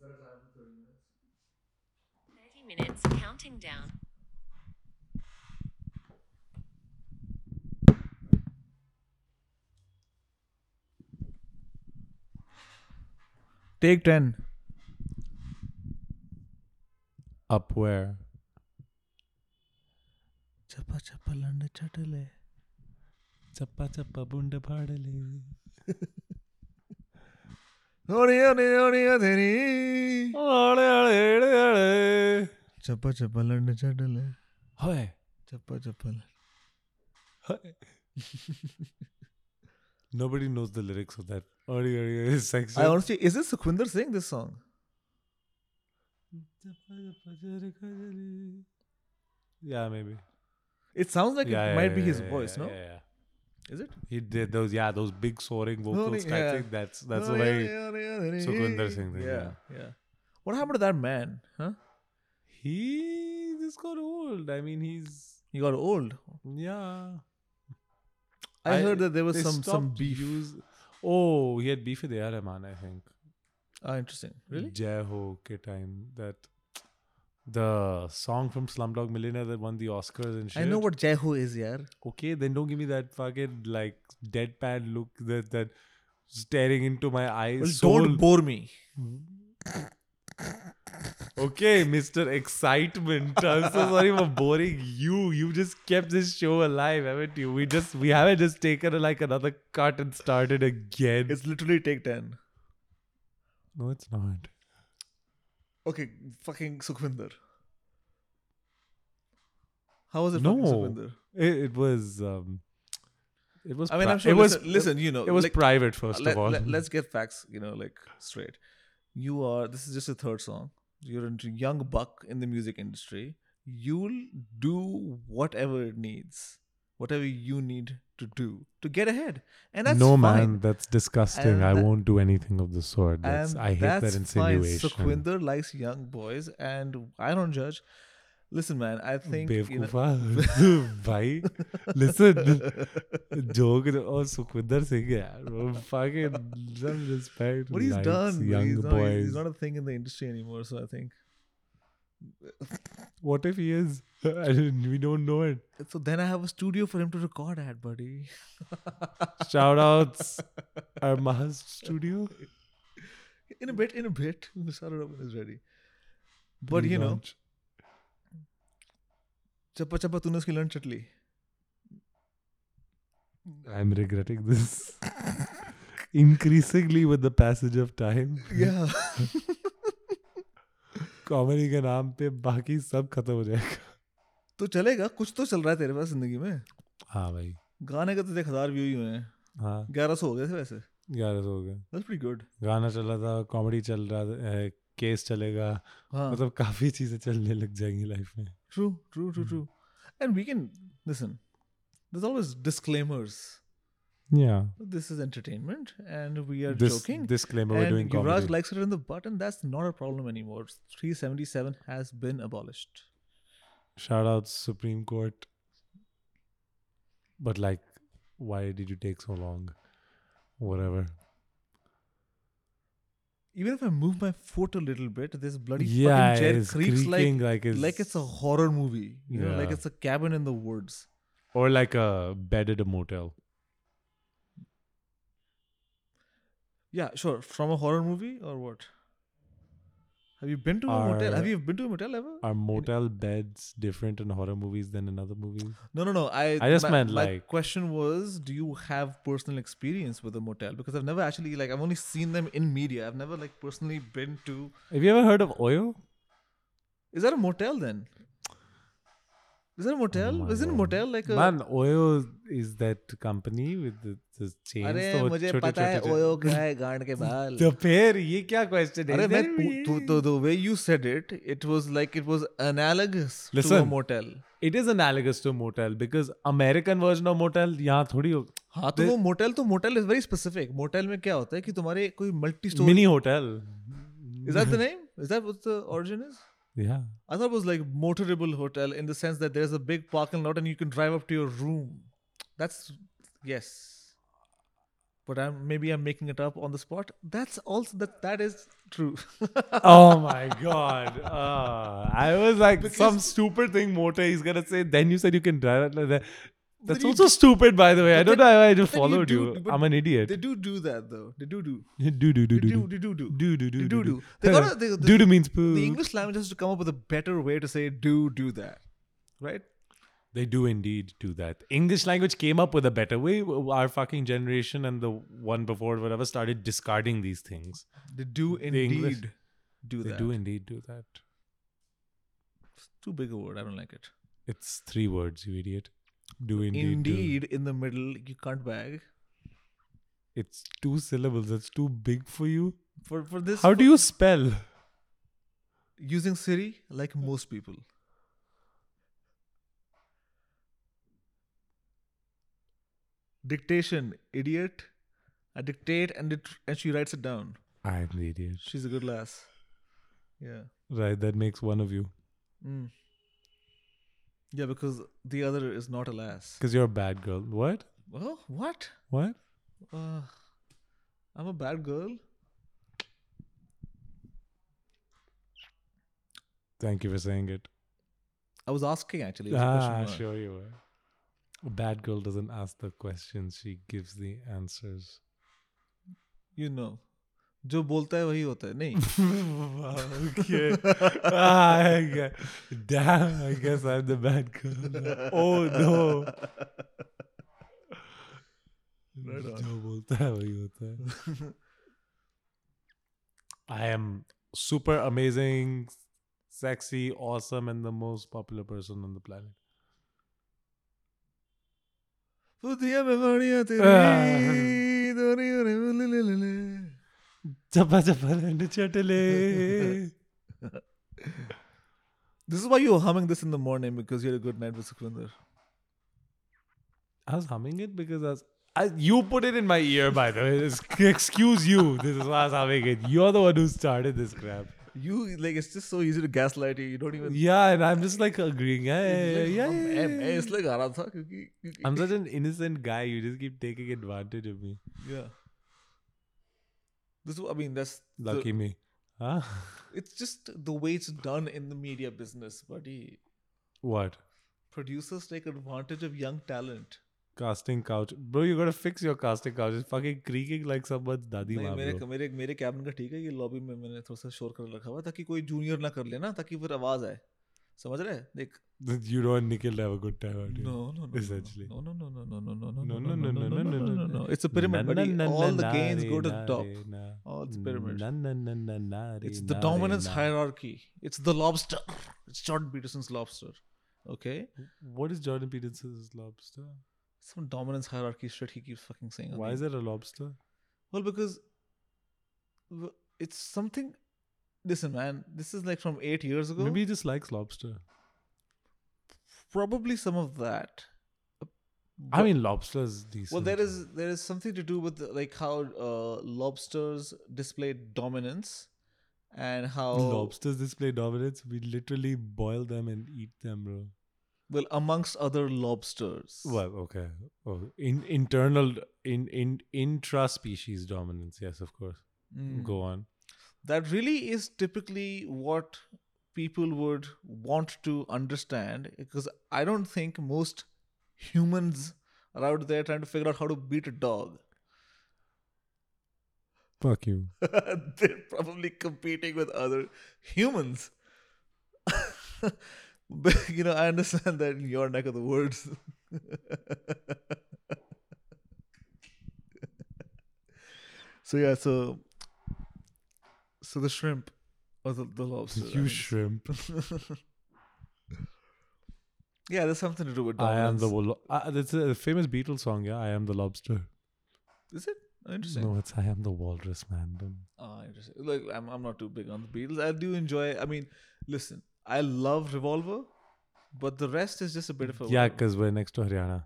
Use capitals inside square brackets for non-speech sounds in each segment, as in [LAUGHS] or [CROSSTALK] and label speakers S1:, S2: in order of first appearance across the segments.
S1: 30 minutes.
S2: 30 minutes counting down.
S3: Take 10.
S4: Up where?
S3: Chapa chapa landa chatale.
S4: Chappa chappa bunda bhadale.
S3: Oriya ne oriya theri.
S4: Ale ale ale ale.
S3: Chapa chapa landa chatale.
S4: Hoy.
S3: Chapa chapa. landa-
S4: Hoy. [LAUGHS] Nobody knows the lyrics of that. Ori ori ori section.
S3: I honestly, is this Sukhvinder Singh this song?
S4: Yeah, maybe.
S3: It sounds like
S4: yeah,
S3: it
S4: yeah,
S3: might be
S4: yeah,
S3: his
S4: yeah,
S3: voice,
S4: yeah,
S3: no?
S4: Yeah, yeah.
S3: Is it?
S4: He did those, yeah, those big soaring vocals.
S3: Soaring,
S4: I
S3: yeah.
S4: think that's that's
S3: Oriya
S4: very.
S3: ne oriya theri.
S4: Sukhvinder Singh thing,
S3: Yeah, yeah. What happened to that man? Huh?
S4: He just got old. I mean, he's
S3: He got old.
S4: yeah.
S3: I, heard that there was
S4: they
S3: some some
S4: stopped
S3: beef.
S4: use- oh, he had beef with AR Rahman, I think.
S3: Ah, interesting. Really?
S4: Jai Ho ke time that the song from Slumdog Millionaire that won the Oscars and shit.
S3: I know what Jai Ho is, yaar.
S4: Okay, then don't give me that fucking like deadpan look that that staring into my eyes.
S3: Well,
S4: soul.
S3: don't bore me.
S4: Okay, Mr. Excitement. I'm so
S3: [LAUGHS]
S4: sorry for boring you. You just kept this show alive, haven't you? We just we haven't just taken uh, like another cut and started again.
S3: It's literally take ten.
S4: no, it's not.
S3: Okay, fucking Sukhvinder. How was it
S4: No.
S3: fucking Sukhvinder?
S4: It, it was um it was
S3: I mean,
S4: pri-
S3: I'm sure.
S4: it was
S3: listen, listen, you know,
S4: it was
S3: like,
S4: private first
S3: let,
S4: of all.
S3: us get facts, you know, like straight. You are. This is just a third song. You're a young buck in the music industry. You'll do whatever it needs, whatever you need to do to get ahead, and that's
S4: no
S3: fine.
S4: man, that's disgusting.
S3: And
S4: I
S3: that-
S4: won't do anything of the sort. That's,
S3: And
S4: I hate
S3: that's
S4: that insinuation.
S3: Fine. Sukhvinder likes young boys, and I don't judge. Listen, man, I think you know,
S4: बेवकूफा [LAUGHS] भाई listen joke और सुखविंदर सिंह यार Oh, fucking some respect
S3: what he's
S4: likes
S3: done,
S4: young
S3: he's not,
S4: boys
S3: he's not a thing in the industry anymore. So I think
S4: what if he is [LAUGHS] I didn't- we don't know it
S3: so. Then I have a studio for him to record at, buddy. [LAUGHS]
S4: shout outs Armaz studio
S3: In a bit, in a bit, [LAUGHS] Saradaman is ready. But you know,
S4: Relaunch.
S3: chappa chappa tune uski lunch
S4: [LAUGHS]
S3: chutli.
S4: I'm regretting this increasingly with the passage of time
S3: Yeah,
S4: comedy के नाम पे बाकी सब खत्म हो जाएगा
S3: तो चलेगा कुछ तो चल रहा है तेरे पास जिंदगी में
S4: हाँ भाई
S3: गाने का तो देख हजार व्यू ही हुए हैं
S4: हाँ
S3: ग्यारह सौ हो गए थे वैसे
S4: ग्यारह सौ हो गया
S3: दैट्स प्रीटी गुड
S4: गाना चल रहा था कॉमेडी चल रहा था केस चलेगा
S3: हाँ
S4: मतलब काफी चीजें चलने लग जाएंगी लाइफ में
S3: True, true, true, true. And we can listen. There's always disclaimers.
S4: Yeah
S3: This is entertainment, and we are
S4: this
S3: joking.
S4: Disclaimer we
S3: and
S4: doing
S3: Yuvraj
S4: comedy
S3: likes it in the butt, and that's not a problem anymore. 377 has been abolished.
S4: Shout out Supreme Court but like why did you take so long whatever
S3: Even if I move my foot a little bit, this bloody
S4: yeah
S3: fucking chair
S4: it's
S3: creaks
S4: creaking
S3: like
S4: like it's,
S3: like it's a horror movie. You know, like
S4: Yeah.
S3: it's a cabin in the woods.
S4: or like a bed at a motel
S3: Yeah, sure. From a horror movie or what? Have you been to a motel?
S4: Are-
S3: Have you been to a motel ever?
S4: are motel beds different in horror movies than in other movies
S3: No, no, no. I
S4: I just
S3: my,
S4: meant,
S3: my
S4: like-
S3: question was, do you have personal experience with a motel? Because I've never actually like I've only seen them in media. I've never like personally been to.
S4: have you ever heard of oyo
S3: Is that a motel then? Is that a motel?
S4: Oh my
S3: Isn't a
S4: God.
S3: motel like a?
S4: Man, Oyo is that company with the, the chains.
S3: अरे
S4: तो वो
S3: मुझे
S4: छोटे-
S3: पता है
S4: छोटे-
S3: OYO का है गांड के बाल [LAUGHS]
S4: तो फिर ये क्या क्वेश्चन है
S3: अरे मैं
S4: इधर
S3: पू- तो
S4: भी-
S3: तो the way you said it it was like it was analogous to a
S4: Listen.
S3: motel
S4: It is analogous to motel because American version of motel यहाँ थोड़ी हो
S3: हाँ तो वो मोटेल तो motel is very specific motel में क्या होता है कि तुम्हारे कोई multi storey
S4: mini hotel.
S3: Is that the name is that what the origin is
S4: Yeah.
S3: I thought it was like motorable hotel in the sense that there's a big parking lot and you can drive up to your room. That's yes. but I'm maybe I'm making it up on the spot. That's also that that is true. [LAUGHS]
S4: oh my god. Uh, I was like, some stupid thing, Mota is gonna say. Then you said you can drive it like that. That's
S3: you
S4: also stupid, by the way. I
S3: But
S4: don't
S3: then-
S4: know why I just
S3: but then you
S4: followed
S3: do-
S4: you.
S3: but
S4: I'm an
S3: they
S4: idiot.
S3: do do that though. They do do.
S4: Do [LAUGHS] do do do
S3: They do
S4: do.
S3: they do do.
S4: Do do do
S3: They do
S4: do [LAUGHS] do.
S3: do. They gotta- they- they-
S4: Do do means poo.
S3: The English language has to come up with a better way to say do do that, right?
S4: They do indeed do that. English language came up with a better way. Our fucking generation and the one before, it, whatever, started discarding these things.
S3: They do
S4: The
S3: indeed
S4: English-
S3: do
S4: They
S3: that.
S4: do indeed do that.
S3: Too big a word. I don't like it.
S4: It's three words, you idiot. Do indeed.
S3: Indeed,
S4: do.
S3: in the middle, you can't bag.
S4: It's two syllables. That's too big for you.
S3: For for this,
S4: How do you spell?
S3: using Siri like most people? Dictation, idiot. I dictate and it, and she writes it down.
S4: I'm the idiot.
S3: She's a good lass. Yeah.
S4: Right, that makes one of you.
S3: Mm. Yeah, because the other is not a lass.
S4: Because you're a bad girl. What?
S3: Well, what?
S4: What?
S3: Uh, I'm a bad girl.
S4: Thank you for saying it.
S3: I was asking actually. it was a question
S4: Ah,
S3: mark.
S4: sure you were. A bad girl doesn't ask the questions, she gives the answers.
S3: You know. जो बोलता है वही होता है
S4: [LAUGHS]
S3: नहीं
S4: okay. Ah, I gue- Damn, I guess I'm the bad girl. Oh no. जो बोलता है वही होता है. I am super amazing, sexy, awesome, and the most popular person on the planet.
S3: बुद्धिया में बढ़िया तेरी
S4: [LAUGHS] Ah.
S3: दोरी और ले ले ले ले
S4: चपा चपा लंड चटले.
S3: This is why you're humming this in the morning because you had a good night with Sukhvinder.
S4: I was humming it because I was. I, you put it in my ear, by the way. It's- [LAUGHS] Excuse you. This is why I was humming it. You're the one who started this crap.
S3: You like it's just so easy to gaslight you. You don't even.
S4: Yeah, and I'm just like agreeing. Yeah,
S3: It's
S4: yeah,
S3: like,
S4: yeah,
S3: "हम-
S4: yeah,
S3: मैं- मैं
S4: yeah.
S3: इसलिए गा रहा था क्योंकि- क्योंकि-"
S4: I'm such an innocent guy. You just keep taking advantage of me.
S3: yeah. This is- I mean that's the-
S4: Lucky me. Huh?
S3: it's just the way it's done in the media business, buddy.
S4: What?
S3: Producers take advantage of young talent.
S4: Casting couch. Bro, you gotta fix your casting couch. It's fucking creaking like someone's dadi
S3: नहीं,
S4: maa,
S3: मेरे
S4: bro.
S3: मेरे मेरे cabin का ठीक है ये lobby में मैंने थोड़ा सा शोर कर रखा हुआ है, ताकि कोई जूनियर ना कर लेना ताकि फिर आवाज आए समझ रहे देख
S4: [LAUGHS] You don't want Nikhil to have a good time out here.
S3: No, no, no,
S4: essentially.
S3: No, no, no, no, no, no, no, no,
S4: No, no, no, no, no, no, no, no.
S3: It's a pyramid,
S4: Na, na,
S3: buddy.
S4: na, na,
S3: All the
S4: na,
S3: gains
S4: re,
S3: go to the
S4: na,
S3: top.
S4: re, na.
S3: Oh, it's pyramid.
S4: Na, na, na, na, na, re,
S3: It's the
S4: na, re,
S3: dominance
S4: na.
S3: hierarchy. It's the lobster. It's Jordan Peterson's lobster. Okay,
S4: What is Jordan Peterson's lobster?
S3: some dominance hierarchy shit he keeps fucking saying.
S4: Why is
S3: it?
S4: that a lobster?
S3: Well, because w- it's something. Listen, man, this is like from eight years ago.
S4: Maybe he just likes lobster.
S3: probably some of that.
S4: I mean, lobster is decent.
S3: Well, there is there is something to do with like how uh, lobsters display dominance, and how
S4: lobsters display dominance. We literally boil them and eat them, bro.
S3: Well, amongst other lobsters.
S4: Well, okay. Oh, in internal, in in intraspecies dominance. Yes, of course.
S3: Mm.
S4: Go on.
S3: That really is typically what people would want to understand because I don't think most humans are out there trying to figure out how to beat a dog.
S4: Fuck you.
S3: [LAUGHS] They're probably competing with other humans. [LAUGHS] but, you know, I understand that in your neck of the woods. [LAUGHS] so yeah, so so the shrimp or the, the lobster. I
S4: you
S3: mean.
S4: shrimp.
S3: yeah, there's something to do with
S4: I am
S3: dominance.
S4: the. Lo- uh, that's a famous Beatles song. Yeah, I am the lobster.
S3: Is it Oh, interesting?
S4: No, it's I am the walrus, man. Don't-
S3: Ah, interesting. Look, I'm I'm not too big on the Beatles. I do enjoy. I mean, listen, I love Revolver, but the rest is just a bit of a
S4: Yeah,
S3: whatever.
S4: because we're next to Haryana.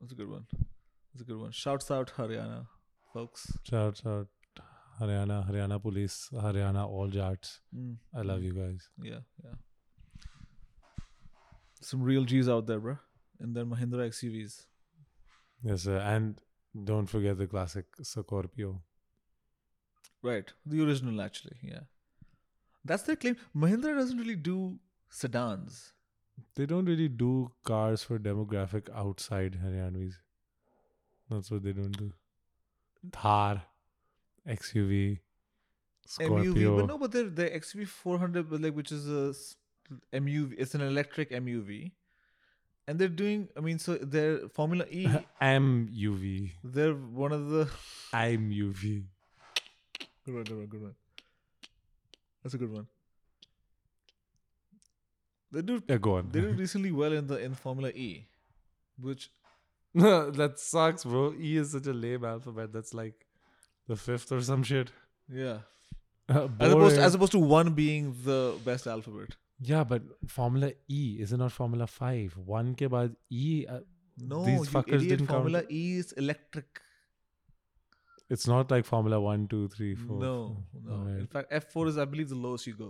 S3: that's a good one. That's a good one. Shouts out Haryana, folks.
S4: Shout out Haryana, Haryana police, Haryana all jats.
S3: Mm,
S4: I love you guys.
S3: yeah, yeah. Some real G's out there, bruh. And then Mahindra XUVs.
S4: Yes, sir. And don't forget the classic Scorpio.
S3: Right. The original, actually. Yeah. That's their claim. Mahindra doesn't really do sedans.
S4: They don't really do cars for demographic outside Haryanvis. That's what they don't do. Thar, XUV, Scorpio.
S3: MUV, but no, but their their XUV 400, but like which is a s- MUV. It's an electric MUV, and they're doing. I mean, so their Formula E,
S4: [LAUGHS] MUV.
S3: they're one of the
S4: I'm UV.
S3: good one, good one, good one. That's a good one. They do
S4: Yeah, go
S3: they
S4: on.
S3: did recently well in the in Formula E, which
S4: [LAUGHS] that sucks, bro. E is such a lame alphabet. That's like the fifth or some shit.
S3: yeah,
S4: Uh,
S3: as opposed
S4: boring.
S3: as opposed to one being the best alphabet.
S4: yeah, but Formula E is it not Formula Five? One ke baad E. Uh,
S3: No,
S4: These
S3: you
S4: fuckers
S3: idiot.
S4: didn't count.
S3: Formula E is electric.
S4: it's not like Formula One, Two, Three, Four.
S3: No, no.
S4: Alright.
S3: In fact, F four is I believe the lowest you go,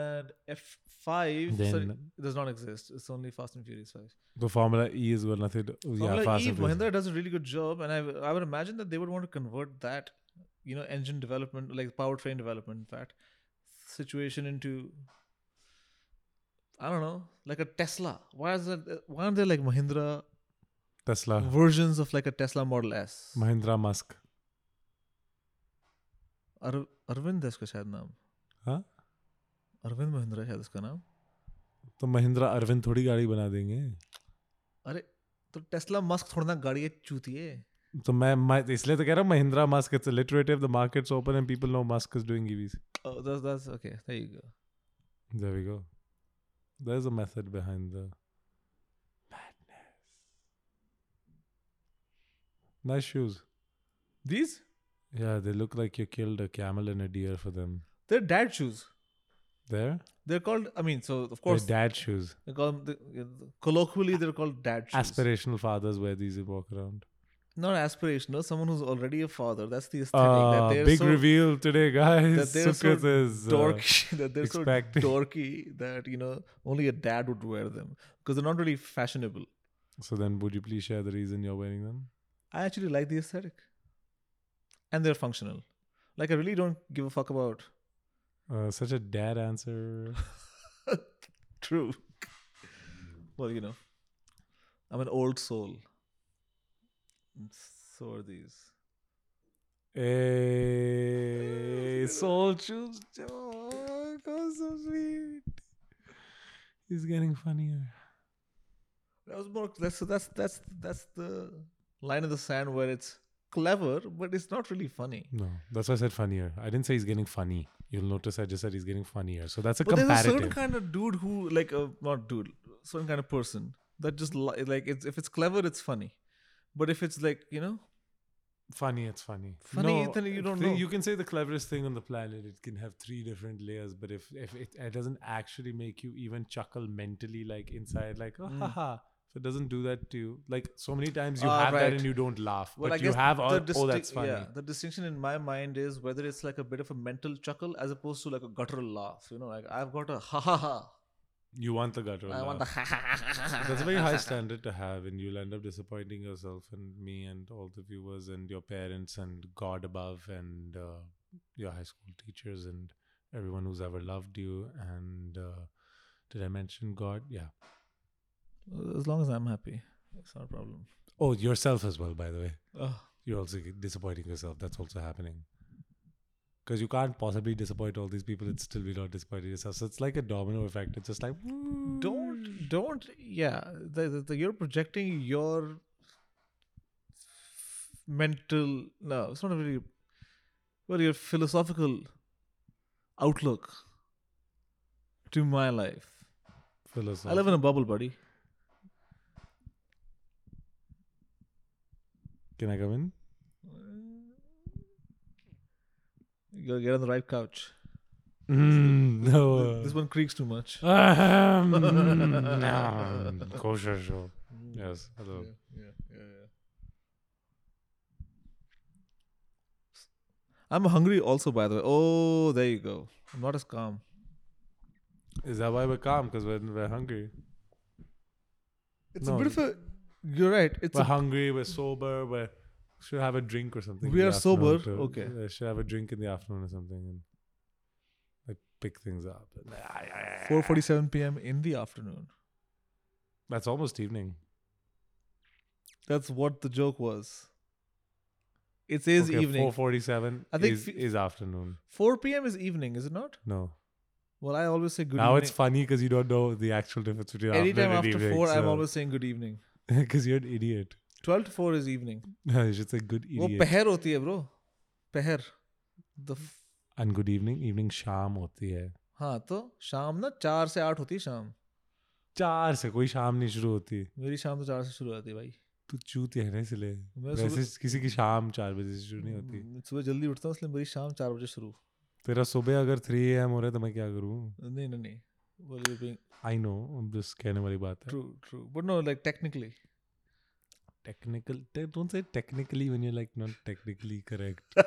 S3: and F five sorry,
S4: Then-
S3: does not exist. It's only Fast and Furious five.
S4: The Formula E is got nothing. To, yeah,
S3: Formula
S4: fast
S3: E,
S4: and furious.
S3: Mahindra does a really good job, and I w- I would imagine that they would want to convert that, you know, engine development, like powertrain development, in fact, situation into. I don't know, like a Tesla. Why is that? Why aren't there like Mahindra
S4: Tesla,
S3: versions of like a Tesla Model S?
S4: Mahindra Musk.
S3: Ar- Arvind है इसका शायद नाम
S4: हाँ?
S3: अरविंद महिंद्रा है शायद इसका नाम
S4: तो Mahindra Arvind थोड़ी गाड़ी बना देंगे
S3: अरे तो टेस्ला मस्क थोड़ा ना गाड़ी है चूती है
S4: तो मैं मैं इसलिए तो कह रहा हूँ Mahindra Musk it's alliterative the market's open and people know Musk is doing EVs
S3: Oh, that's, that's okay. There you go.
S4: There we go. There's a method behind the madness. Nice shoes.
S3: These?
S4: Yeah, they look like you killed a camel and a deer for them.
S3: They're dad shoes.
S4: There?
S3: They're called, I mean, so of
S4: They're
S3: course,
S4: dad shoes.
S3: they call them, the- colloquially, they're called dad shoes.
S4: Aspirational fathers wear these and walk around.
S3: Not aspirational, someone who's already a father. That's the aesthetic.
S4: Uh,
S3: that they're
S4: big
S3: so
S4: reveal today,
S3: that
S4: guys.
S3: they're so
S4: Sukkot is. uh,
S3: dorky, [LAUGHS] that they're
S4: expecting-
S3: so dorky that, you know, only a dad would wear them because they're not really fashionable.
S4: so then, would you please share the reason you're wearing them?
S3: I actually like the aesthetic. And they're functional. Like I really don't give a fuck about [LAUGHS]
S4: Uh, such a dad answer.
S3: true. well, you know. I'm an old soul. And So are these.
S4: Hey, Soul Shoes. Oh, God, so sweet. He's getting funnier.
S3: That was more that's that's that's that's the line in the sand where it's clever, but it's not really funny.
S4: No, that's why I said funnier. I didn't say he's getting funny. You'll notice I just said he's getting funnier. So that's a
S3: But there's a certain
S4: comparative.
S3: kind of dude who like a not dude, certain kind of person that just li- like it's if it's clever, it's funny. But if it's like, you know,
S4: funny, it's funny.
S3: Funny, then you don't
S4: thi-
S3: know.
S4: You can say the cleverest thing on the planet. It can have three different layers, but if if it, it doesn't actually make you even chuckle mentally, like inside, like
S3: Hmm.
S4: oh, haha. If it doesn't do that to you, like so many times you
S3: Ah,
S4: have that
S3: right.
S4: and you don't laugh,
S3: Well,
S4: but
S3: I
S4: you
S3: guess
S4: have all, oh
S3: distinc-
S4: that's funny.
S3: yeah, the distinction in my mind is whether it's like a bit of a mental chuckle as opposed to like a guttural laugh. You know, like I've got a ha ha ha.
S4: You want the gutter.
S3: I want the ha ha ha ha ha.
S4: That's a very high standard to have, and you'll end up disappointing yourself and me and all the viewers and your parents and God above and uh, your high school teachers and everyone who's ever loved you. And uh, did I mention God? Yeah.
S3: As long as I'm happy, it's not a problem.
S4: Oh, yourself as well, by the way.
S3: Oh,
S4: You're also disappointing yourself. That's also happening. Because you can't possibly disappoint all these people and still be not disappointing yourself. So it's like a domino effect. It's just like, mm,
S3: don't don't yeah. The, the, the, you're projecting your mental no, it's not really well your philosophical outlook to my life. I
S4: philosophy.
S3: live in a bubble, buddy.
S4: Can I come in?
S3: You gotta get on the right couch.
S4: Mm, no.
S3: This one creaks too much.
S4: [LAUGHS] Um, kosher show. Yes, hello.
S3: yeah, yeah, yeah. I'm hungry also, by the way. Oh, there you go. I'm not as calm.
S4: Is that why we're calm? Because we're, we're hungry.
S3: It's
S4: No.
S3: a bit of a You're right. It's
S4: we're
S3: a,
S4: hungry, we're sober, we should have a drink or something.
S3: We
S4: in
S3: are
S4: the afternoon
S3: sober, okay.
S4: uh, should have a drink in the afternoon or something and like pick things up.
S3: 4:47 p.m. in the afternoon.
S4: That's almost evening.
S3: That's what the joke was. It says
S4: Okay,
S3: evening.
S4: 4:47
S3: I think
S4: is,
S3: fe-
S4: is afternoon.
S3: 4 p.m. is evening, is it not?
S4: No.
S3: Well, I always say good
S4: now
S3: evening.
S4: it's funny because you don't know the actual difference between
S3: Anytime
S4: afternoon and
S3: after
S4: evening.
S3: 4, I'm
S4: [LAUGHS]
S3: always saying good evening.
S4: because you're an idiot. [LAUGHS]
S3: 12 to 4 is evening.
S4: you should say good
S3: वो
S4: idiot
S3: पहर होती है bro पहर द
S4: and good evening. Evening शाम होती है.
S3: हाँ तो शाम ना चार से आठ होती है शाम
S4: चार से कोई शाम नहीं शुरू होती.
S3: मेरी शाम तो चार से शुरू होती है भाई
S4: तू चूती है ना इसलिए.
S3: मैं सुबह-
S4: वैसे किसी की शाम चार बजे से शुरू नहीं होती.
S3: हम्म, सुबह जल्दी उठता हूँ इसलिए मेरी शाम चार बजे शुरू
S4: तेरा सुबह अगर 3 एम हो रहा है तो मैं क्या करूं
S3: नहीं नहीं नहीं well you're being
S4: I know बस कहने वाली बात है
S3: true true but no like technically
S4: technical don't say technically when you like not technically
S3: [LAUGHS]
S4: correct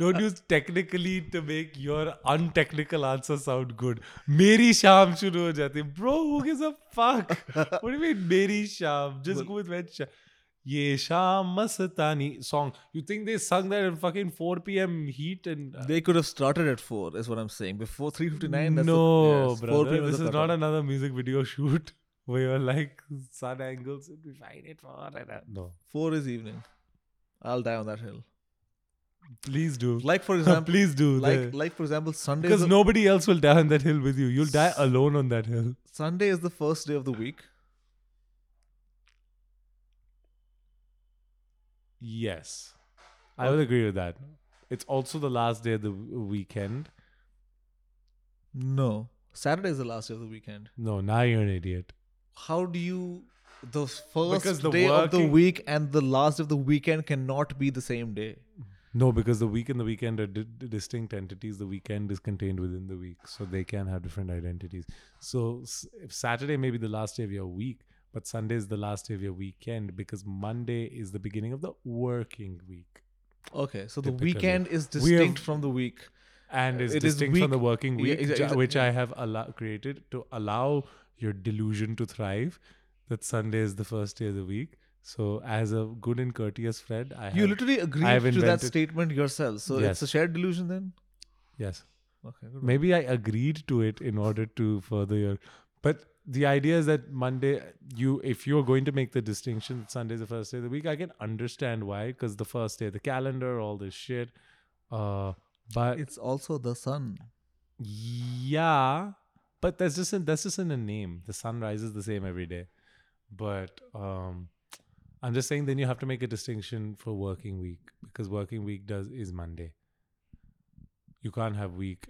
S4: don't use technically to make your untechnical answer sound good मेरी शाम शुरू हो जाती है bro who gives a fuck what do mean मेरी शाम just
S3: Well-
S4: go with match ये शाम मस्तानी song you think they sang that in fucking 4 pm heat and uh,
S3: they could have started at 4 is what i'm saying before 3:59 that's the-
S4: No,
S3: yes, 4
S4: brother.
S3: p.m. is
S4: This
S3: the
S4: is not
S3: cutoff.
S4: another music video shoot [LAUGHS] where you're like sun angles and we find it for and uh, no.
S3: 4 is evening i'll die on that hill
S4: Please do.
S3: like
S4: [LAUGHS]
S3: for example
S4: Please do.
S3: like
S4: the-
S3: like for example sunday is
S4: because
S3: the,
S4: nobody else will die on that hill with you. You'll die alone on that hill.
S3: sunday is the first day of the week
S4: Yes, I will agree with that. It's also the last day of the w- weekend.
S3: no saturday is the last day of the weekend
S4: No, now you're an idiot.
S3: how do you the first
S4: Because the
S3: day of the
S4: working-
S3: week and the last of the weekend cannot be the same day
S4: No, because the week and the weekend are di- di- distinct entities. The weekend is contained within the week, so they can have different identities. So s- if Saturday may be the last day of your week, but Sunday is the last day of your weekend because Monday is the beginning of the working week,
S3: okay so the
S4: Typically.
S3: weekend is
S4: We have-
S3: distinct from the week
S4: and is
S3: It is
S4: distinct from the
S3: week-
S4: working
S3: Yeah,
S4: week,
S3: exa-
S4: ju-
S3: exa-
S4: which I have allo- created to allow your delusion to thrive. That Sunday is the first day of the week. So as a good and courteous friend, I
S3: you
S4: have,
S3: literally
S4: I
S3: agreed
S4: have
S3: to that
S4: invented-
S3: statement yourself so it's
S4: Yes.
S3: a shared delusion then
S4: yes.
S3: okay good
S4: maybe I agreed to it in order to further your. But the idea is that Monday, you if you are going to make the distinction, that Sunday is the first day of the week. I can understand why, because the first day of the calendar, all this shit. Uh, but
S3: it's also the sun
S4: yeah, but that's just in, that's just in a name. The sun rises the same every day, but um, I'm just saying then you have to make a distinction for working week because working week does is Monday. You can't have week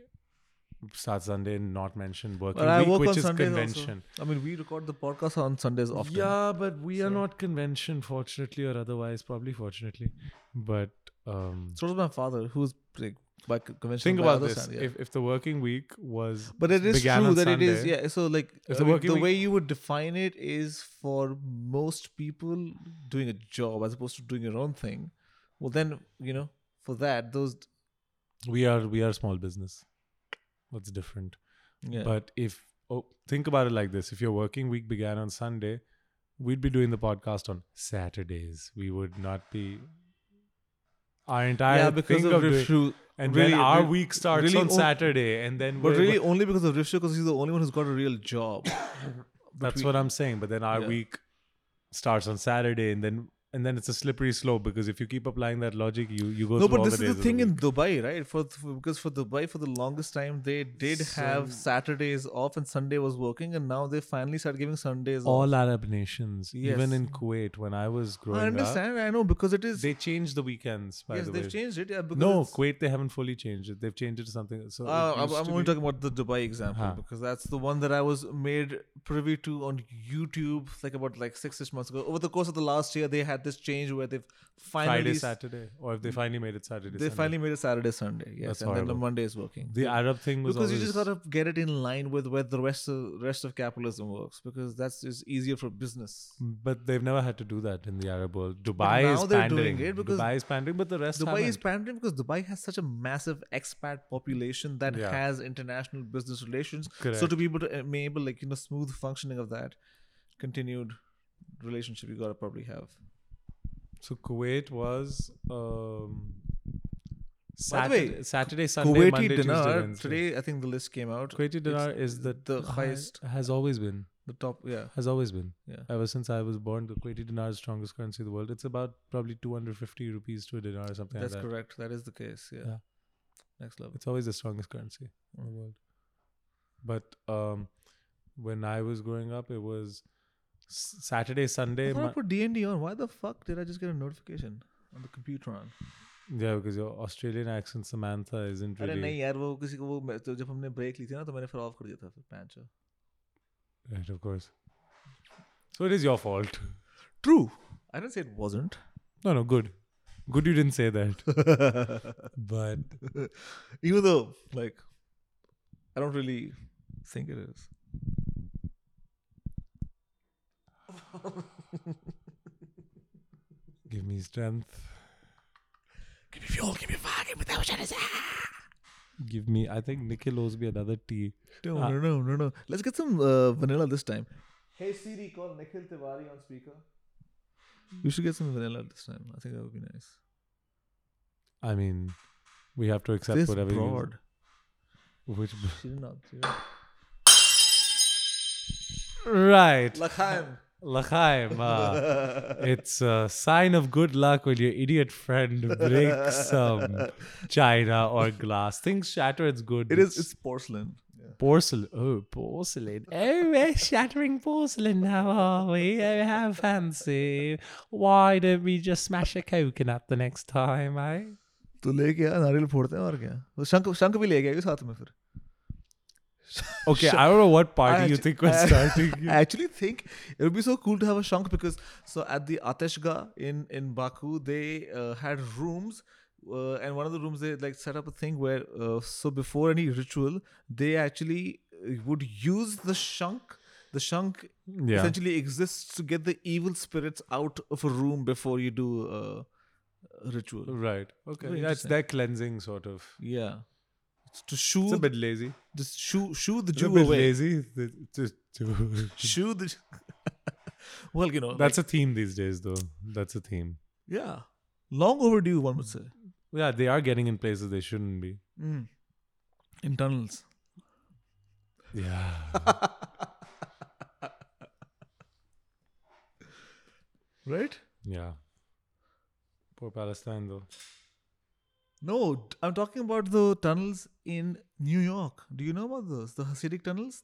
S4: start Sunday and not mention working
S3: but i
S4: week,
S3: work
S4: which
S3: on
S4: is
S3: sundays
S4: convention.
S3: also i mean we record the podcast on sundays often
S4: Yeah, but we are
S3: So-
S4: not convention, fortunately or otherwise, probably fortunately. But um,
S3: so does my father who's like by co- convention
S4: think
S3: by
S4: about
S3: other
S4: this:
S3: sun, yeah.
S4: if if the working week was
S3: But it is
S4: began
S3: true
S4: on
S3: that it is,
S4: Sunday-
S3: yeah. So, like,
S4: It's
S3: I
S4: a
S3: mean,
S4: working
S3: the
S4: week.
S3: way you would define it is for most people doing a job as opposed to doing your own thing. Well, then, you know, for that, those,
S4: we are we are small business what's different
S3: yeah.
S4: but if oh think about it like this if your working week began on sunday we'd be doing the podcast on saturdays we would not be our entire
S3: yeah, because
S4: thing
S3: of
S4: doing-
S3: Rifshu.
S4: and
S3: really,
S4: then our
S3: re-
S4: week starts
S3: really
S4: on
S3: on-
S4: saturday and then
S3: But
S4: we're-
S3: really, only because of Rifshu, because he's the only one who's got a real job.
S4: that's what i'm saying but then our
S3: Yeah.
S4: week starts on saturday and then and then it's a slippery slope because if you keep applying that logic you you go
S3: No,
S4: through
S3: but
S4: all
S3: this
S4: the
S3: is
S4: days
S3: the
S4: of
S3: thing
S4: week.
S3: in Dubai, right? For, for because for Dubai, for the longest time, they did have Saturdays off and Sunday was working, and now they finally started giving Sundays off.
S4: all arab nations even
S3: Yes.
S4: in kuwait when i was growing
S3: I
S4: up
S3: understand. I know because it is.
S4: They changed the weekends, by
S3: yes,
S4: the way.
S3: they've changed it. Yeah, because
S4: no,
S3: it's-
S4: Kuwait, they haven't fully changed it. They've changed it to something. So it
S3: Uh, I'm,
S4: used
S3: I'm
S4: to
S3: only
S4: be- Uh-huh.
S3: talking about the Dubai example
S4: Huh.
S3: because that's the one that I was made privy to on YouTube, like about like six six months ago. Over the course of the last year, they had this change where they've finally
S4: Friday,
S3: s-
S4: Saturday, or if they finally made it Saturday.
S3: Mm. they
S4: Sunday.
S3: finally made it Saturday Sunday. Yes,
S4: That's
S3: and then the
S4: horrible.
S3: Monday is working
S4: the Arab thing was
S3: because you just
S4: always-
S3: gotta get it in line with where the rest of rest of capitalism works because that's just easier for business.
S4: But they've never had to do that in the Arab world. Dubai
S3: now
S4: is
S3: they're doing
S4: pandering.
S3: it because
S4: Dubai is pandering, but the rest
S3: Dubai is
S4: haven't.
S3: pandering because Dubai has such a massive expat population that
S4: Yeah.
S3: has international business relations. So to
S4: Correct.
S3: be able to enable like you know smooth functioning of that, continued relationship you gotta probably have.
S4: So Kuwait was um,
S3: By the
S4: Saturday,
S3: way,
S4: Saturday, Sunday,
S3: Kuwaiti
S4: Monday,
S3: dinar
S4: Tuesday, Wednesday.
S3: today. I think the list came out.
S4: Kuwaiti dinar
S3: It's
S4: is the
S3: the
S4: hi-
S3: highest,
S4: Has always been.
S3: the top. Yeah,
S4: Has always been.
S3: Yeah.
S4: Ever since I was born, the Kuwaiti dinar is the strongest currency in the world. It's about probably 250 rupees to a dinar or something
S3: that's
S4: like that.
S3: correct. That is the case. Yeah,
S4: Yeah.
S3: next level.
S4: It's always the strongest currency in the world. But um, when I was growing up, it was s- Saturday, Sunday.
S3: I thought I
S4: Mon-
S3: put D and D on. Why the fuck did I just get a notification on the computer on?
S4: yeah, because your Australian accent, Samantha, isn't
S3: अरे नहीं
S4: really.
S3: यार वो किसी को वो तो जब हमने ब्रेक ली थी ना तो मैंने फिर ऑफ कर दिया था फिर पैंचो
S4: Right, of course. So it is your fault. [LAUGHS]
S3: True I don't say it wasn't
S4: No, no, good. Good you didn't say that.
S3: [LAUGHS]
S4: but
S3: even though like I don't really think it is.
S4: give me strength.
S3: Give me fuel, give me fire, give me thousand.
S4: Give me, I think Nikhil owes me another tea.
S3: No,
S4: Ah.
S3: no, no, no, no. Let's get some uh, vanilla this time. Hey Siri, call Nikhil Tiwari on speaker. We should get some vanilla this time. I think that would be nice.
S4: I mean, we have to accept
S3: this
S4: whatever you
S3: broad.
S4: Which
S3: She did not.
S4: Right.
S3: Lakhaim.
S4: Lachaim. ah. it's a sign of good luck when your idiot friend breaks
S3: [LAUGHS]
S4: some china or glass. Things shatter, it's
S3: [LAUGHS]
S4: good.
S3: It is. It's porcelain. Yeah.
S4: porcelain. Oh, porcelain. Oh, we're shattering porcelain now, are we? Oh, how fancy. Why don't we just smash a coconut the next time, eh?
S3: तो ले गया नारियल फोड़ते हैं और क्या वो शंख शंख भी ले गया साथ में फिर
S4: Okay, I don't uh, know what party
S3: I
S4: you
S3: actu-
S4: think [LAUGHS] was
S3: I- [LAUGHS]
S4: starting.
S3: I actually think it would be so cool to have a shank because so at the Ateshga in in Baku they uh, had rooms. Uh, and one of the rooms they like set up a thing where uh, so before any ritual they actually uh, would use the shank the shank
S4: yeah.
S3: essentially exists to get the evil spirits out of a room before you do uh, a ritual
S4: Right. Okay.
S3: Very
S4: That's
S3: interesting.
S4: their cleansing sort of.
S3: yeah it's to
S4: It's a
S3: shoo
S4: bit lazy.
S3: just shoo shoo the
S4: It's a
S3: Jew
S4: bit
S3: away
S4: lazy. It's just-
S3: shoo the [LAUGHS] well you know like-
S4: [LAUGHS] That's a theme these days, though. That's a theme.
S3: Yeah. Long overdue, one would say.
S4: Yeah, they are getting in places they shouldn't be.
S3: In tunnels.
S4: Yeah.
S3: Right?
S4: [LAUGHS] yeah. Poor Palestine, though.
S3: No, t- I'm talking about the tunnels in New York. Do you know about those? The Hasidic tunnels?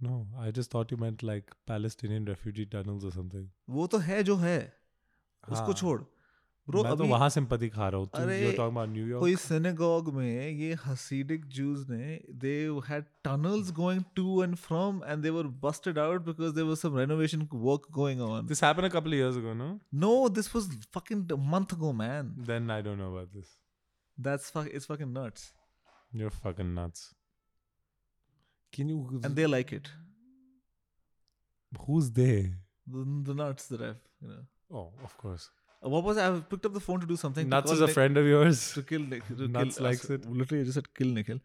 S4: No, I just thought you meant like Palestinian refugee tunnels or something.
S3: वो तो है जो है उसको
S4: हाँ।
S3: छोड़ bro
S4: मैं तो
S3: अभी
S4: वहां sympathy खा रहा हूँ. तू- You're
S3: अरे,
S4: talking about New York.
S3: कोई synagogue में ये Hasidic Jews ने they had tunnels going to and from and they were busted out because there was some renovation work going on.
S4: This happened a couple of years ago, no?
S3: no, this was fucking a month ago, man.
S4: Then I don't know about this.
S3: That's fuck. It's fucking nuts,
S4: You're fucking nuts. Can you?
S3: and they like it.
S4: who's they?
S3: the, the nuts that I've you know.
S4: Oh, of course.
S3: Uh, What was I? I picked up the phone to do something. to
S4: Nuts
S3: call
S4: is a
S3: Nick-
S4: friend of yours.
S3: [LAUGHS] to kill Nick. To
S4: Nuts
S3: kill,
S4: likes
S3: uh,
S4: it.
S3: Literally, I just said kill
S4: [LAUGHS]
S3: Nikhil.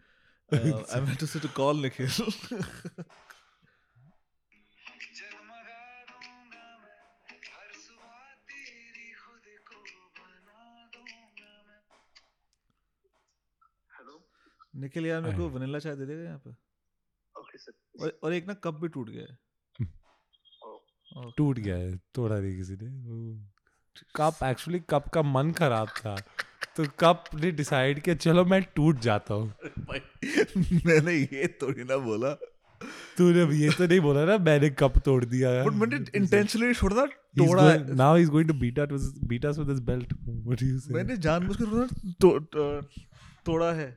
S3: Uh, I meant to say to call Nikhil.
S1: जगमगा दूंगा मैं हर सुबह तेरी खुद को बना दूंगा मैं हेलो
S3: निखिल यार मेरे को
S4: Aye.
S3: वनीला चाय दे देगा यहाँ पे
S1: ओके सर
S3: और, और एक ना कप भी टूट गया है
S4: टूट गया है तोड़ा नहीं किसी ने कप एक्चुअली कप का मन खराब था तो कप ने डिसाइड किया चलो मैं टूट जाता हूँ
S3: [LAUGHS] भाई मैंने ये थोड़ी ना बोला
S4: तूने अब ये तो नहीं बोला ना मैंने कप तोड़ दिया है
S3: बट मैंने इंटेंशनली थोड़ा तोड़ा है।
S4: Now is going to beat out beat us with his [LAUGHS] belt what do you
S3: [LAUGHS]
S4: say
S3: मैंने जानबूझ के थोड़ा तो- तो- तोड़ा है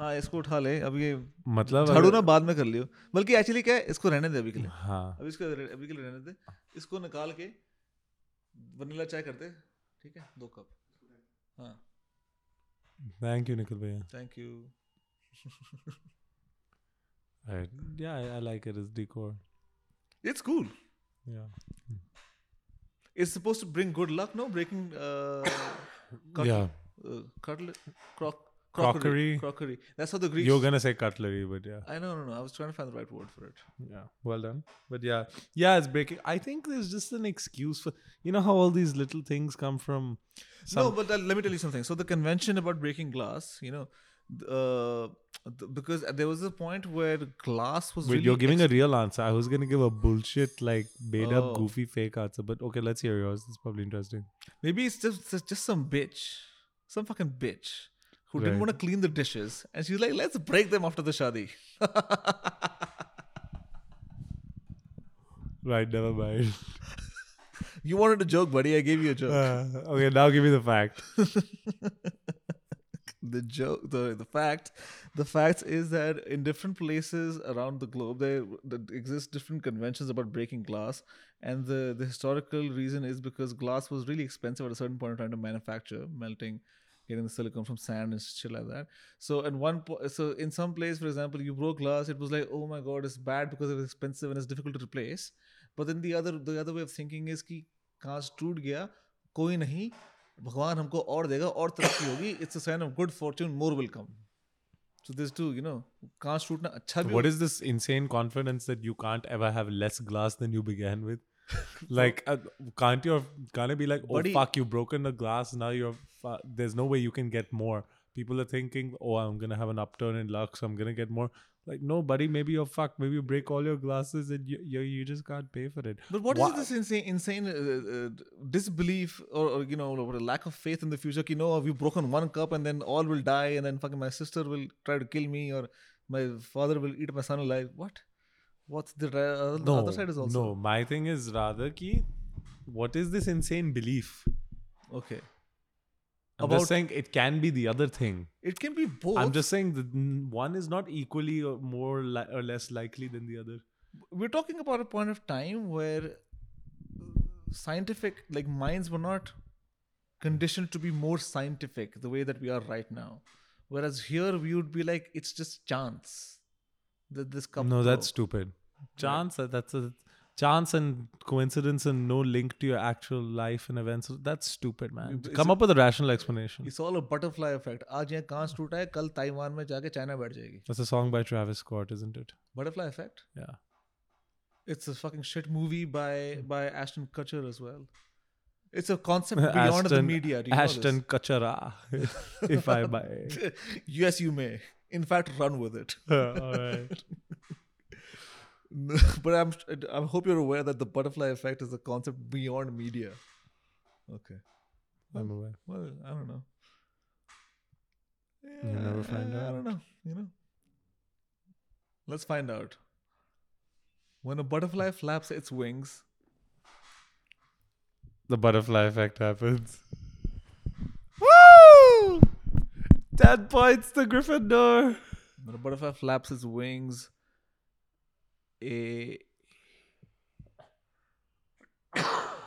S3: हाँ इसको उठा ले अब ये
S4: मतलब
S3: झाड़ू
S4: अगर-
S3: ना बाद में कर लियो बल्कि एक्चुअली क्या है इसको रहने दे अभी के लिए
S4: हाँ
S3: अभी इसको रे- अभी के लिए रहने दे इसको निकाल के वनीला चाय करते ठीक है दो कप हाँ
S4: थैंक यू निखिल भैया
S3: thank you
S4: right yeah I like it is decor
S3: it's cool
S4: yeah
S3: it's uh,
S4: [COUGHS]
S3: suppose to bring good luck no breaking
S4: Yeah.
S3: Cutlet crock uh, crockery.
S4: Crockery.
S3: Crockery. That's how the Greeks.
S4: You're gonna say cutlery, but yeah,
S3: I know, no, no. I was trying to find the right word for it.
S4: yeah, well done. But yeah, yeah, it's breaking. I think there's just an excuse for you know how all these little things come from. Some,
S3: no, but uh, let me tell you something. So the convention about breaking glass, you know, th- uh, th- because there was a point where glass was.
S4: Wait,
S3: really
S4: you're giving
S3: ex-
S4: a real answer. I was gonna give a bullshit, like made
S3: Oh.
S4: up, goofy, fake answer. But okay, let's hear yours. It's probably interesting.
S3: Maybe it's just it's just some bitch, some fucking bitch who didn't
S4: Right.
S3: want to clean the dishes, and she's like, "Let's break them after the shadi."
S4: Right, never mind. [LAUGHS]
S3: You wanted a joke, buddy. I gave you a joke.
S4: Uh, okay, now give me the fact.
S3: the joke the, the fact the fact is that in different places around the globe there, there exist different conventions about breaking glass and the, the historical reason is because glass was really expensive at a certain point in time to manufacture melting getting the silicon from sand and shit like that so at one po- so in some place for example you broke glass it was like oh my god it's bad because it's expensive and it's difficult to replace but then the other the other way of thinking is ki कांच टूट गया कोई नहीं भगवान हमको और देगा और तरक्की होगी it's a sign of good fortune more will come so this to you know कांच टूटना अच्छा भी
S4: What is this insane confidence that you can't ever have less glass than you began
S3: [LAUGHS]
S4: with? like, uh, can't you can't it be like, oh
S3: Buddy-
S4: fuck, you broken the glass. Now you're fu- there's no way you can get more. People are thinking, oh, I'm gonna have an upturn in luck, so I'm gonna get more. Like, no, buddy, maybe you're fucked. Maybe you break all your glasses and you you, you just can't pay for it.
S3: But what is
S4: Wha-
S3: this insane, insane uh, uh, disbelief or, or you know or a lack of faith in the future? You know, we've broken one cup and then all will die, and then fucking my sister will try to kill me, or my father will eat my son alive. What? What's the ra- uh,
S4: no,
S3: other side is also
S4: no. My thing is rather ki, what is this insane belief?
S3: okay.
S4: I'm
S3: About-
S4: just saying it can be the other thing.
S3: It can be both.
S4: I'm just saying that mm, one is not equally or more li- or less likely than the other.
S3: We're talking about a point of time where scientific like minds were not conditioned to be more scientific the way that we are right now whereas here we would be like it's just chance that this cup
S4: No, that's
S3: broke.
S4: stupid. Chance uh, that's a chance and coincidence and no link to your actual life and events. That's stupid, man.
S3: Is
S4: Come up with a rational explanation.
S3: It's all a butterfly effect. आज यहाँ कांच टूटा है कल Taiwan में जाके China बैठ जाएगी
S4: That's a song by Travis Scott, isn't it?
S3: Butterfly effect
S4: Yeah.
S3: It's a fucking shit movie by by Ashton Kutcher as well it's a
S4: [LAUGHS]
S3: concept beyond the media do [LAUGHS]
S4: Ashton Kachara, [LAUGHS] if I buy. [LAUGHS]
S3: yes you may in fact run with it
S4: All right.
S3: [LAUGHS] but I'm I hope you're aware that the butterfly effect is a concept beyond media okay
S4: I'm aware.
S3: well I don't know
S4: You'll never find
S3: I don't
S4: out.
S3: know. You know. Let's find out. When a butterfly flaps its wings,
S4: The butterfly effect happens. Woo! Ten points to Gryffindor.
S3: when a butterfly flaps its wings, a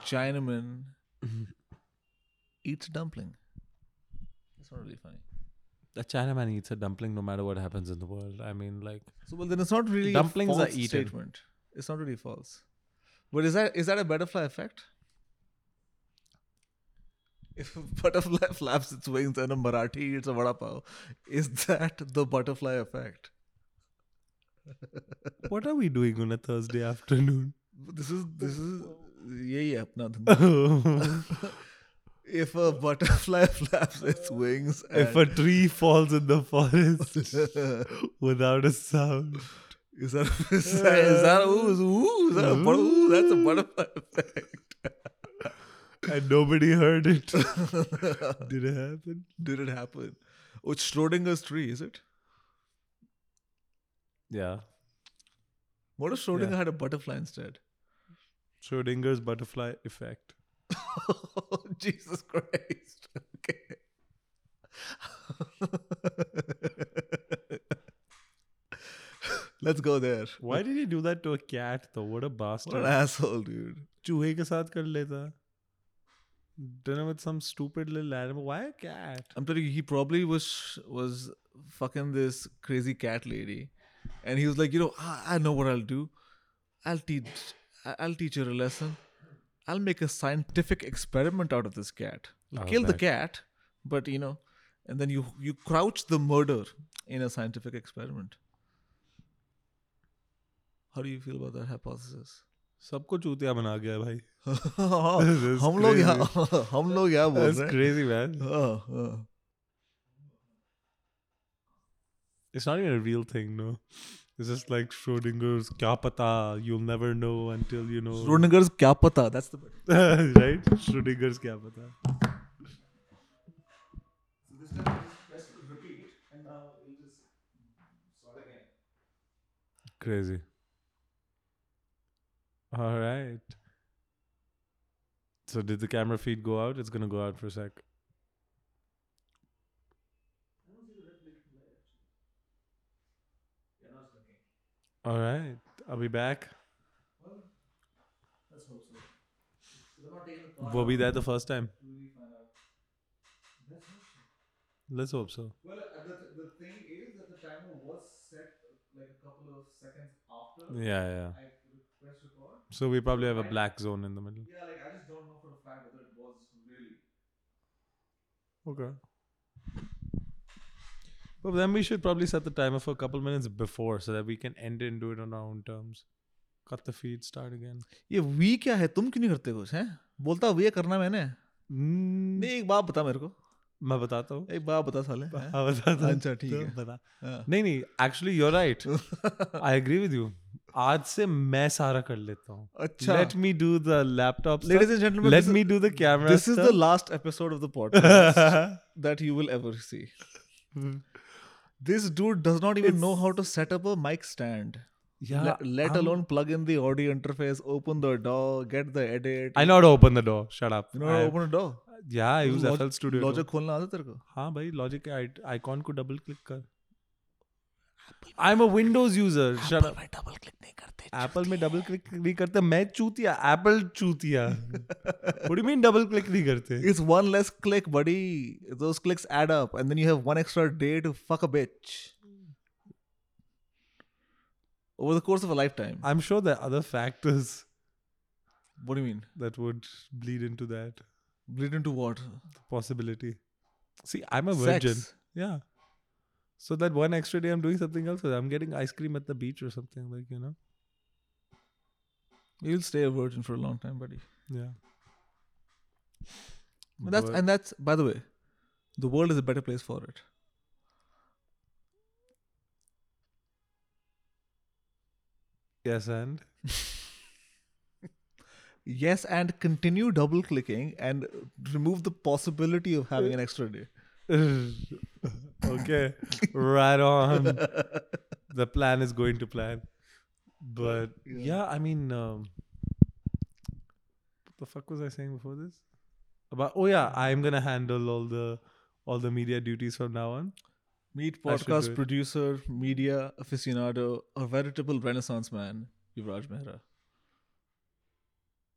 S3: Chinaman eats a dumpling. That's not really funny.
S4: A Chinaman eats a dumpling no matter what happens in the world. I mean, like,
S3: So well, then it's not really
S4: Dumplings
S3: a
S4: are
S3: false
S4: eaten.
S3: statement. It's not really false. But is that is that a butterfly effect? If a butterfly [LAUGHS] flaps its wings and a Marathi eats a vada pav, is that the butterfly effect?
S4: what are we doing on a Thursday [LAUGHS] afternoon?
S3: This is this is yeah yeah apna dhanda.
S4: Oh, if
S3: If a butterfly [LAUGHS] flaps its wings, and
S4: a tree falls in the [LAUGHS] forest without a sound,
S3: [LAUGHS] is that [LAUGHS] is that, is that,
S4: [LAUGHS]
S3: ooh, is, ooh, is that a, but- ooh, that's a butterfly [LAUGHS] effect.
S4: and nobody heard [LAUGHS] it, did it happen?
S3: Did it happen? Oh, it's Schrodinger's tree, is it?
S4: Yeah.
S3: What if Schrodinger had a butterfly instead? [LAUGHS]
S4: Schrodinger's butterfly effect.
S3: Jesus Christ. [LAUGHS] Okay. Let's go there.
S4: Why did he do that to a cat though? What a
S3: What an
S4: bastard.
S3: asshole, dude.
S4: चूहे के साथ कर लेता Dinner with some stupid little animal. Why a cat?
S3: I'm telling you, he probably was was fucking this crazy cat lady, and he was like, you know, I, I know what I'll do. I'll teach. I- I'll teach her a lesson. I'll make a scientific experiment out of this cat. I'll
S4: Oh,
S3: kill the
S4: that-
S3: cat, but you know, and then you you crouch the murder in a scientific experiment. How do you feel about that hypothesis?
S4: [LAUGHS] सबको चूतिया बना गया है भाई
S3: हम लोग यहाँ हम लोग यहाँ बोल
S4: That's
S3: रहे हैं
S4: crazy, man.
S3: हाँ, हाँ.
S4: It's not even a real thing, no. It's just like Schrodinger's "Kya pata?" You'll never know until you know.
S3: Schrodinger's क्या पता that's the better.
S4: [LAUGHS] right? Schrodinger's "Kya pata?" Crazy. All right. So did the camera feed go out? It's gonna go out for a sec. All right, I'll be back. We'll be there the first time. Let's hope so.
S3: Well, uh, the, the thing is that the timer was set like a couple of seconds after
S4: Yeah, yeah.
S3: I pressed record.
S4: So we probably have a black zone in the middle.
S3: Yeah, like I just don't know for a fact whether it was really.
S4: Okay. But then we should probably set the timer for a couple minutes before so that we can end it and do it on our own terms. Cut the feed, start again.
S3: ये वी क्या है तुम क्यों नहीं करते कुछ हैं बोलता वी करना मैंने
S4: Mm,
S3: नहीं एक बात बता मेरे को
S4: मैं बताता हूँ
S3: एक बात बता साले हैं?
S4: हाँ बताता हूँ।
S3: अच्छा, ठीक
S4: तो
S3: है।
S4: बता
S3: हाँ.
S4: नहीं नहीं actually you're right I agree with you आज से मैं सारा कर लेता हूँ
S3: अच्छा
S4: let me do the laptop
S3: ladies and gentleman
S4: let me do the camera
S3: this is the last episode of the podcast
S4: [LAUGHS]
S3: that you will ever see.
S4: Hmm.
S3: This dude does not even know how to set up a mic stand.
S4: yeah
S3: let let
S4: I'm-
S3: alone plug in the audio interface, open the door, get the edit.
S4: I know how to open the door. Shut up.
S3: you know how to
S4: I-
S3: open a door.
S4: Yeah, I use
S3: Log-
S4: FL Studio. to-
S3: Logic खोलना आता तेरे को?
S4: हाँ भाई logic icon को double click कर I am a Windows user shut up Apple में double click नहीं करते मैं चूतिया एप्पल
S3: [LAUGHS]
S4: चूतिया what do mean double click नहीं करते
S3: It's one less click, buddy. Those clicks add up, and then you have one extra day to fuck a bitch. Over the course of a lifetime.
S4: I am sure that other factors
S3: what do you mean?
S4: That would bleed into that
S3: Bleed into what?
S4: possibility see i'm a virgin
S3: Sex.
S4: yeah so that one extra day i'm doing something else i'm getting ice cream at the beach or something like you know
S3: You'll stay a virgin for a long time, buddy.
S4: yeah
S3: But that's
S4: But-
S3: and that's by the way, the world is a better place for it.
S4: yes and
S3: Yes, and continue double clicking and remove the possibility of having an extra day.
S4: [LAUGHS] okay, right on. the plan is going to plan, but yeah, I mean, um, what the fuck was I saying before this? About oh yeah, I'm gonna handle all the all the media duties from now on.
S3: Meet
S4: I should do
S3: podcast
S4: it.
S3: producer, media aficionado, a veritable renaissance man, Yuvraj Mehra.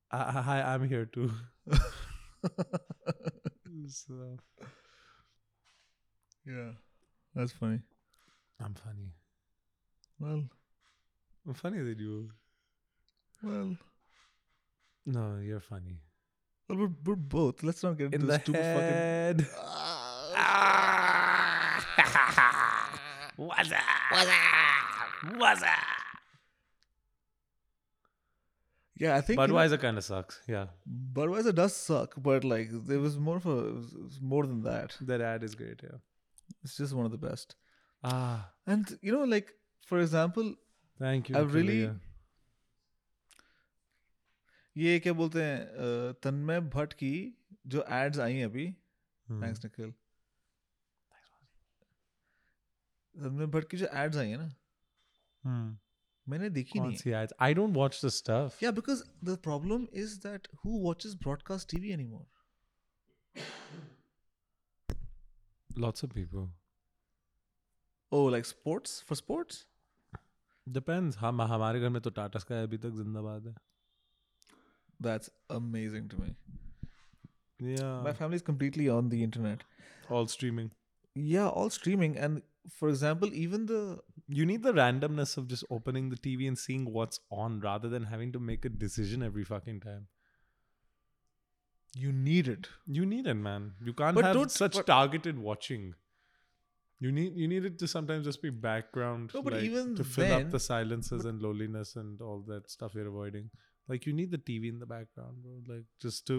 S4: I, I I- I'm here [LAUGHS] too. so
S3: Yeah, that's funny.
S4: I'm funny.
S3: Well,
S4: I'm funnier than you.
S3: well,
S4: No, you're funny.
S3: well we're, we're both. Let's not get into
S4: In
S3: this
S4: the
S3: stupid fucking.
S4: head. [LAUGHS] Ah. What's up? What's up? What's up?
S3: Yeah, I think you know-
S4: Budweiser kind of sucks. Yeah,
S3: Budweiser does suck, but like there was more of a it was- it was more than that.
S4: that ad is great. Yeah.
S3: It's just one of the best.
S4: Ah,
S3: And you know, like for example,
S4: thank you. Hmm.
S3: I've really-
S4: Kalia.
S3: ये क्या बोलते हैं अ, तन्मय भट्ट की जो ads I हैं अभी
S4: Hmm.
S3: Thanks Nikhil Tanmay Bhatt की जो एड्स आई हैं ना
S4: Hmm.
S3: मैंने देखी
S4: Can't
S3: नहीं
S4: see ads. I don't watch the stuff.
S3: या because the problem is that who watches broadcast TV anymore
S4: Lots of people.
S3: Oh like sports for sports
S4: Depends. हम हमारे घर में तो टाटा स्काई अभी तक जिंदाबाद
S3: दैट्स अमेजिंग टू मी
S4: है
S3: my
S4: yeah
S3: family is completely on the internet
S4: all streaming
S3: Yeah, all streaming. And for example, even the
S4: you need the randomness of just opening the tv and seeing what's on rather than having to make a decision every fucking time
S3: You need it.
S4: You need it, man. You can't
S3: But
S4: have
S3: don't-
S4: such
S3: but-
S4: targeted watching. You need you need it to sometimes just be background.
S3: No, but
S4: like,
S3: even
S4: to fill
S3: then-
S4: up the silences and loneliness and all that stuff you're avoiding. Like you need the TV in the background, bro. Like just to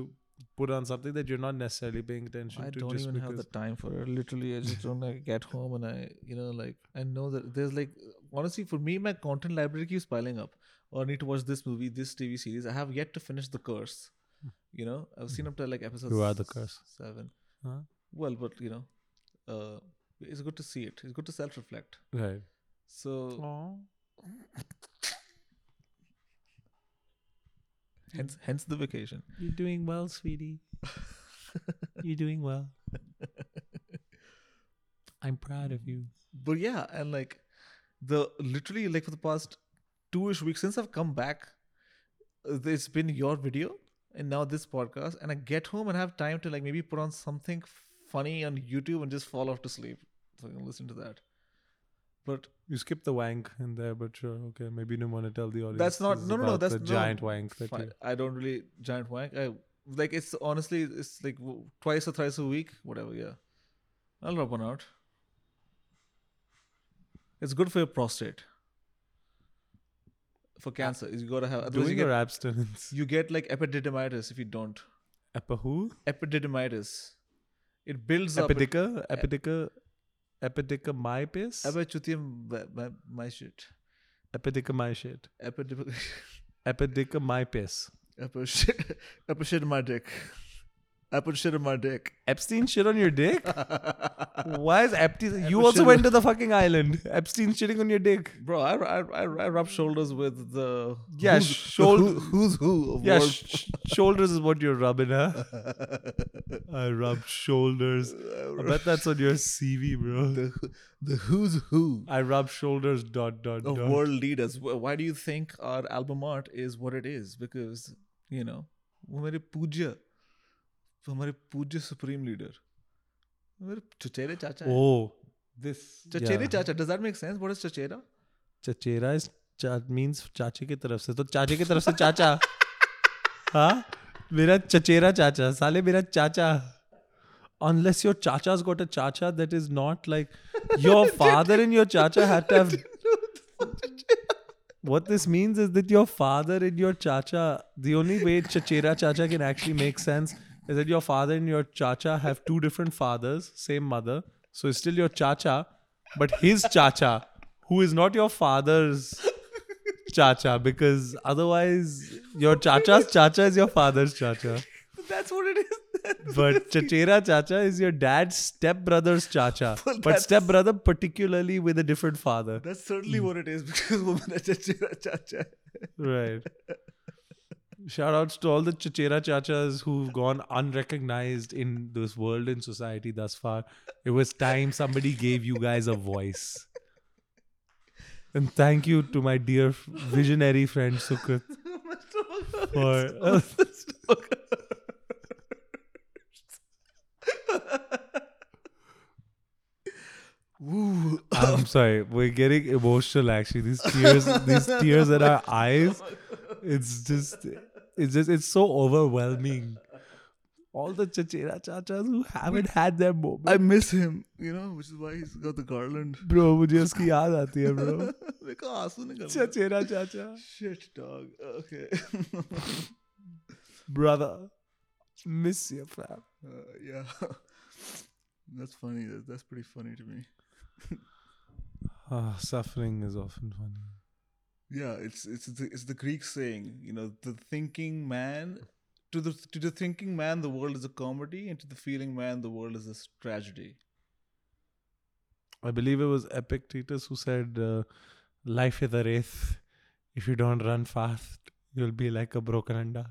S4: put on something that you're not necessarily paying attention
S3: I
S4: to.
S3: don't
S4: just
S3: even
S4: because
S3: have the time for it. Literally, I just don't like, get home and I, you know, like I know that there's like honestly for me, my content library keeps piling up. Or I need to watch this movie, this TV series. I have yet to finish The Curse. You know, I've seen up to like episode.
S4: You Hmm. are The
S3: s-
S4: Curse.
S3: Seven.
S4: Huh?
S3: Well, but you know, uh, it's good to see it. It's good to self-reflect.
S4: right.
S3: So
S4: Aw.
S3: hence, hence the vacation.
S4: You're doing well, [LAUGHS] sweetie. You're doing [LAUGHS] well. I'm proud of you.
S3: But yeah, and like the literally like for the past two ish weeks since I've come back, uh, it's been your video and now this podcast, and I get home and have time to like maybe put on something funny on YouTube and just fall off to sleep so I can listen to that. But
S4: You skipped the wank in there, but sure, okay. Maybe you didn't want to tell the audience.
S3: that's not
S4: this is
S3: no no no
S4: about
S3: that's
S4: the
S3: no,
S4: giant wank that
S3: fi-
S4: you
S3: I don't really giant wank. I like it's honestly it's like w- twice or thrice a week, whatever. Yeah, I'll drop one out. It's good for your prostate. For cancer, you gotta have. Otherwise, you
S4: doing your
S3: get, [LAUGHS]
S4: abstinence.
S3: you get like epididymitis if you don't.
S4: Epa who?
S3: Epididymitis, it builds up. It,
S4: Epidica? Epidica? Epidica my piss?
S3: Epiditium- my, my, my shit.
S4: Epidica my shit.
S3: [LAUGHS] Epidim-
S4: Epidica my piss.
S3: epi [LAUGHS] shit. Epi shit in my dick. Epi shit in my dick.
S4: Epstein shit on your dick? [LAUGHS] Why is Epstein? You
S3: Epa
S4: also
S3: shit
S4: went to the fucking island. Epstein shitting on your dick.
S3: Bro, I, I, I, I rub shoulders with the
S4: Yeah,
S3: who's,
S4: shoul-
S3: who, who's who of
S4: Yeah,
S3: world-
S4: sh- sh- shoulders is what you're rubbing,
S3: [LAUGHS]
S4: huh? I rubbed shoulders. I bet that's on your CV, bro.
S3: the who's who
S4: I rub shoulders. Dot dot
S3: of
S4: dot.
S3: world leaders. Wh- Why do you think our album art is what it is? Because you know, वो मेरे पूज्य, वो हमारे पूज्य supreme leader, मेरे चचेरे चाचा है.
S4: Oh, this.
S3: चचेरे चाचा. Does that make sense? What is चचेरा?
S4: चचेरा is चा, means चाचे की तरफ से तो चाचे की तरफ से चाचा हाँ मेरा चचेरा चाचा साले मेरा चाचा unless your chacha's got a chacha that is not like your father and your chacha had to have what this means is that your father and your chacha the only way chachera chacha can actually make sense is that your father and your chacha have two different fathers same mother so it's still your chacha but his chacha who is not your father's chacha because otherwise your chacha's chacha is your father's chacha
S3: That's what it is. [LAUGHS]
S4: but Chachera Chacha is your dad's stepbrother's Chacha. but stepbrother, particularly with a different father.
S3: That's
S4: Hmm.
S3: certainly what it is because वो मेरा चचेरा चाचा है.
S4: Right. Shout outs to all the Chachera Chachas who've gone unrecognized in this world and society thus far. It was time somebody gave you guys a voice. And thank you to my dear visionary friend Sukrit for
S3: Woo.
S4: I'm sorry, we're getting emotional actually. These tears these tears in our eyes. It's just it's just it's so overwhelming. All the chachera chachas who haven't had their moment.
S3: I miss him, you know, which is why he's got the garland. [LAUGHS]
S4: Bro मुझे उसकी याद आती है bro
S3: मेरे को आंसू निकल रहे हैं.
S4: चचेरा चाचा
S3: Shit, dog. Okay. [LAUGHS]
S4: Brother miss your frame
S3: Uh, yeah. [LAUGHS] That's funny. That's, that's pretty funny to me.
S4: Ah, suffering is often funny.
S3: Yeah, it's it's the, it's the Greek saying, you know, the thinking man to the to the thinking man the world is a comedy and to the feeling man the world is a tragedy.
S4: I believe it was Epictetus who said, uh, "Life is a race. If you don't run fast, you'll be like a broken under."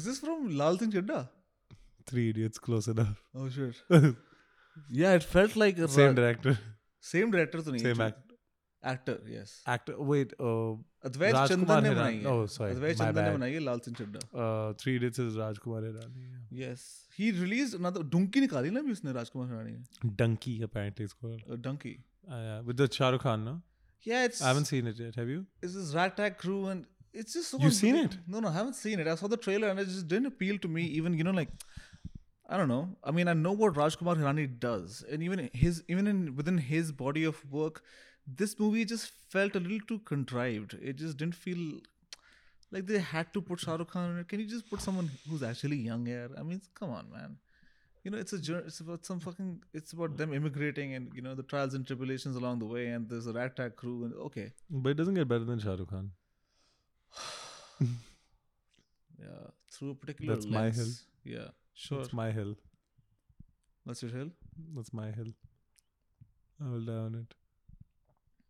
S3: Is this from Lal Singh Chadda?
S4: Three idiots close enough.
S3: Oh shit.
S4: [LAUGHS]
S3: yeah, it felt like a
S4: Same director,
S3: same director तो नहीं
S4: same
S3: actually.
S4: act,
S3: actor yes
S4: actor. Wait, uh,
S3: Advait
S4: Rajkumar
S3: Chandan ने बनाई
S4: Hirani.
S3: है
S4: Oh, sorry,
S3: Advaita
S4: my
S3: चंदन ने
S4: bad.
S3: बनाई है लाल सिंह चड्डा
S4: uh, Three Idiots is Rajkumar Hirani. yeah.
S3: yes he released another डुंकी निकाली ना भी उसने राजकुमार हिरानी ने Uh,
S4: Donkey apparently it's called.
S3: Dunki
S4: Uh, yeah, with the Shah Rukh Khan, no?
S3: yeah it's
S4: I haven't seen it yet. Have you?
S3: it's this rat tag crew and It's just so
S4: You've
S3: much
S4: seen
S3: good.
S4: it?
S3: No, no, I haven't seen it. I saw the trailer and it just didn't appeal to me. Even you know, like I don't know. I mean, I know what Rajkumar Hirani does, and even his even in within his body of work, this movie just felt a little too contrived. It just didn't feel like they had to put Shah Rukh Khan in it. Can you just put someone who's actually young here? I mean, come on, man. You know, it's a jour- it's about some fucking it's about them immigrating and you know the trials and tribulations along the way, and there's a rat tack crew and okay,
S4: But it doesn't get better than Shah Rukh Khan.
S3: yeah, through a particular
S4: That's my
S3: lens.
S4: hill.
S3: Yeah, sure.
S4: That's my hill.
S3: That's your hill.
S4: That's my hill. I will die on it.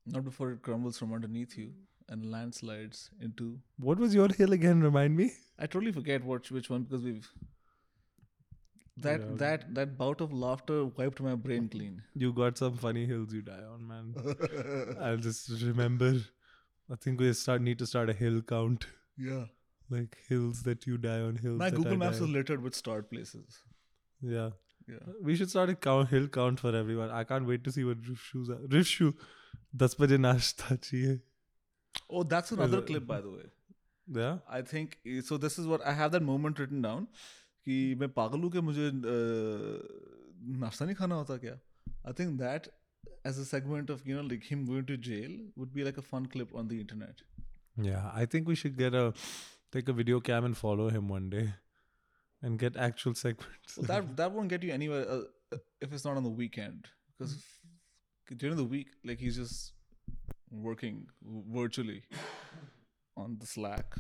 S3: Not before it crumbles from underneath you and landslides into.
S4: What was your hill again? Remind me.
S3: I totally forget which which one because we've that
S4: Yeah.
S3: that that bout of laughter wiped my brain clean.
S4: You got some funny hills you die on,
S3: [LAUGHS]
S4: man. I'll just remember. I think we start need to start a hill count,
S3: Yeah,
S4: like hills that you die on, hills.
S3: my
S4: that
S3: Google
S4: I
S3: Maps is
S4: die on.
S3: littered with start places.
S4: Yeah,
S3: Yeah,
S4: we should start a count, hill count for everyone. I can't wait to see what Riff shoes are. Riff shoe, दस बजे नाश्ता चाहिए.
S3: Oh, that's another
S4: it-
S3: clip, by the way.
S4: Yeah.
S3: I think eh, so. This is what I have that moment written down. कि मैं पागल हूँ कि मुझे uh, नाश्ता नहीं खाना होता क्या? I think that as a segment of you know like him going to jail would be like a fun clip on the internet.
S4: Yeah, I think we should get a take a video cam and follow him one day, and get actual segments.
S3: Well,
S4: [LAUGHS]
S3: that that won't get you anywhere uh, uh, if it's not on the weekend because
S4: Mm-hmm.
S3: during the week like he's just working virtually on the Slack.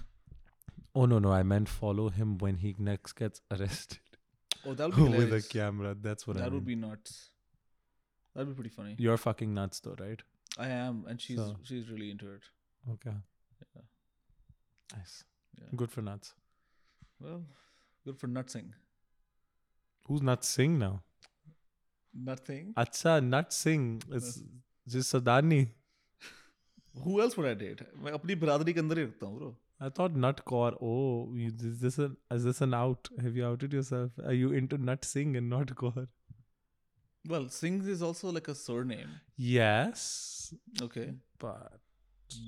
S4: oh no, no, I meant follow him when he next gets arrested
S3: Oh, [LAUGHS] that would be
S4: with a
S3: hilarious.
S4: camera. That's what I
S3: That
S4: mean.
S3: would be nuts. That'd be pretty funny.
S4: You're fucking nuts, though, right?
S3: I am, and she's
S4: So-
S3: she's really into it.
S4: Okay. Nice.
S3: Yeah.
S4: Good for nuts.
S3: Well, good for nutsing.
S4: Who's Nut Singh now?
S3: Nothing.
S4: Acha Nut Singh. It's just Sadani.
S3: Who else would I date? मैं अपनी बरादरी के अंदर ही रखता हूँ bro.
S4: I thought Nut Kaur. Oh, you, is this an is this an out? Have you outed yourself? Are you into Nut Singh and not Kaur?
S3: Well, Singh is also like a surname.
S4: Yes,
S3: Okay.
S4: but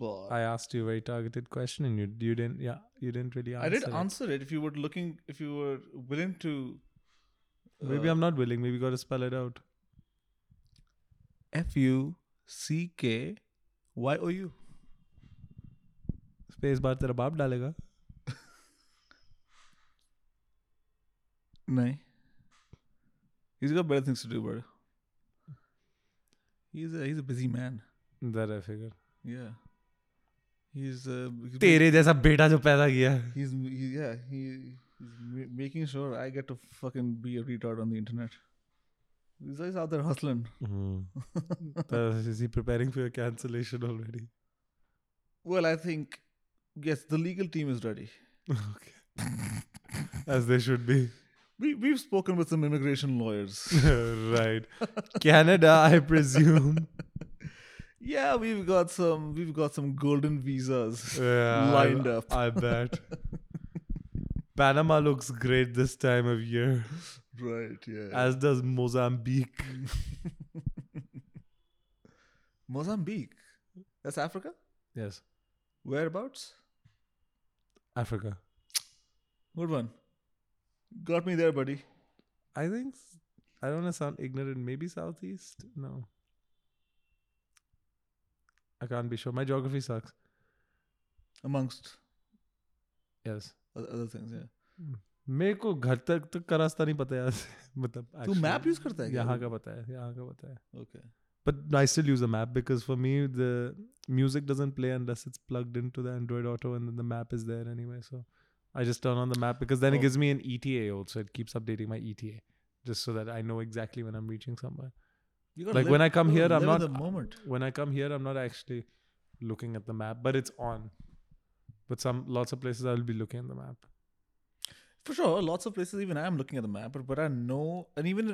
S3: But
S4: I asked you a very targeted question, and you you didn't yeah you didn't really answer.
S3: I did
S4: it.
S3: answer it if you were looking if you were willing to
S4: Maybe I'm not willing. Maybe you got to spell it out.
S3: F U C K Y O U.
S4: Space bar तेरा बाप डालेगा.
S3: No. He's got better things to do, bro. He's a he's a busy man.
S4: That I figure.
S3: Yeah. He's uh he's ma-
S4: तेरे जैसा बेटा जो पैदा किया.
S3: he's he, yeah, he, he's ma- making sure I get to fucking be a retard on the internet. He's always out there hustling.
S4: Uh, Hmm. is he preparing for your cancellation already? [LAUGHS]
S3: Well, I think yes, the legal team is ready.
S4: okay. As they should be. [LAUGHS]
S3: We we've spoken with some immigration lawyers.
S4: right. Canada, I presume.
S3: Yeah, we've got some we've got some golden visas
S4: Yeah,
S3: lined
S4: I,
S3: up.
S4: I bet.
S3: [LAUGHS]
S4: Panama looks great this time of year,
S3: right, yeah.
S4: as does Mozambique.
S3: Mozambique. That's Africa?
S4: Yes.
S3: Whereabouts?
S4: Africa.
S3: Good one. Got me there, buddy.
S4: I think s- I don't want to sound ignorant. Maybe southeast. No, I can't be sure. My geography sucks.
S3: Amongst
S4: Yes.
S3: o- other things, yeah.
S4: मेरे को घर तक तो का रास्ता नहीं पता यार [LAUGHS] मतलब
S3: तू
S4: actually,
S3: map use करता है क्या?
S4: यहाँ का पता है यहाँ का पता है
S3: Okay.
S4: but I still use a map because for me the music doesn't play unless it's plugged into the Android Auto and then the map is there anyway. So I just turn on the map because then it
S3: Oh.
S4: gives me an ETA also. It keeps updating my ETA just so that I know exactly when I'm reaching somewhere.
S3: You gotta
S4: Like
S3: live-
S4: when I come
S3: you
S4: here,
S3: gotta
S4: I'm
S3: live
S4: not.
S3: in the moment.
S4: When I come here, I'm not actually looking at the map, but it's on. But some lots of places I will be looking at the map.
S3: For sure, lots of places even I am looking at the map, but, but I know and even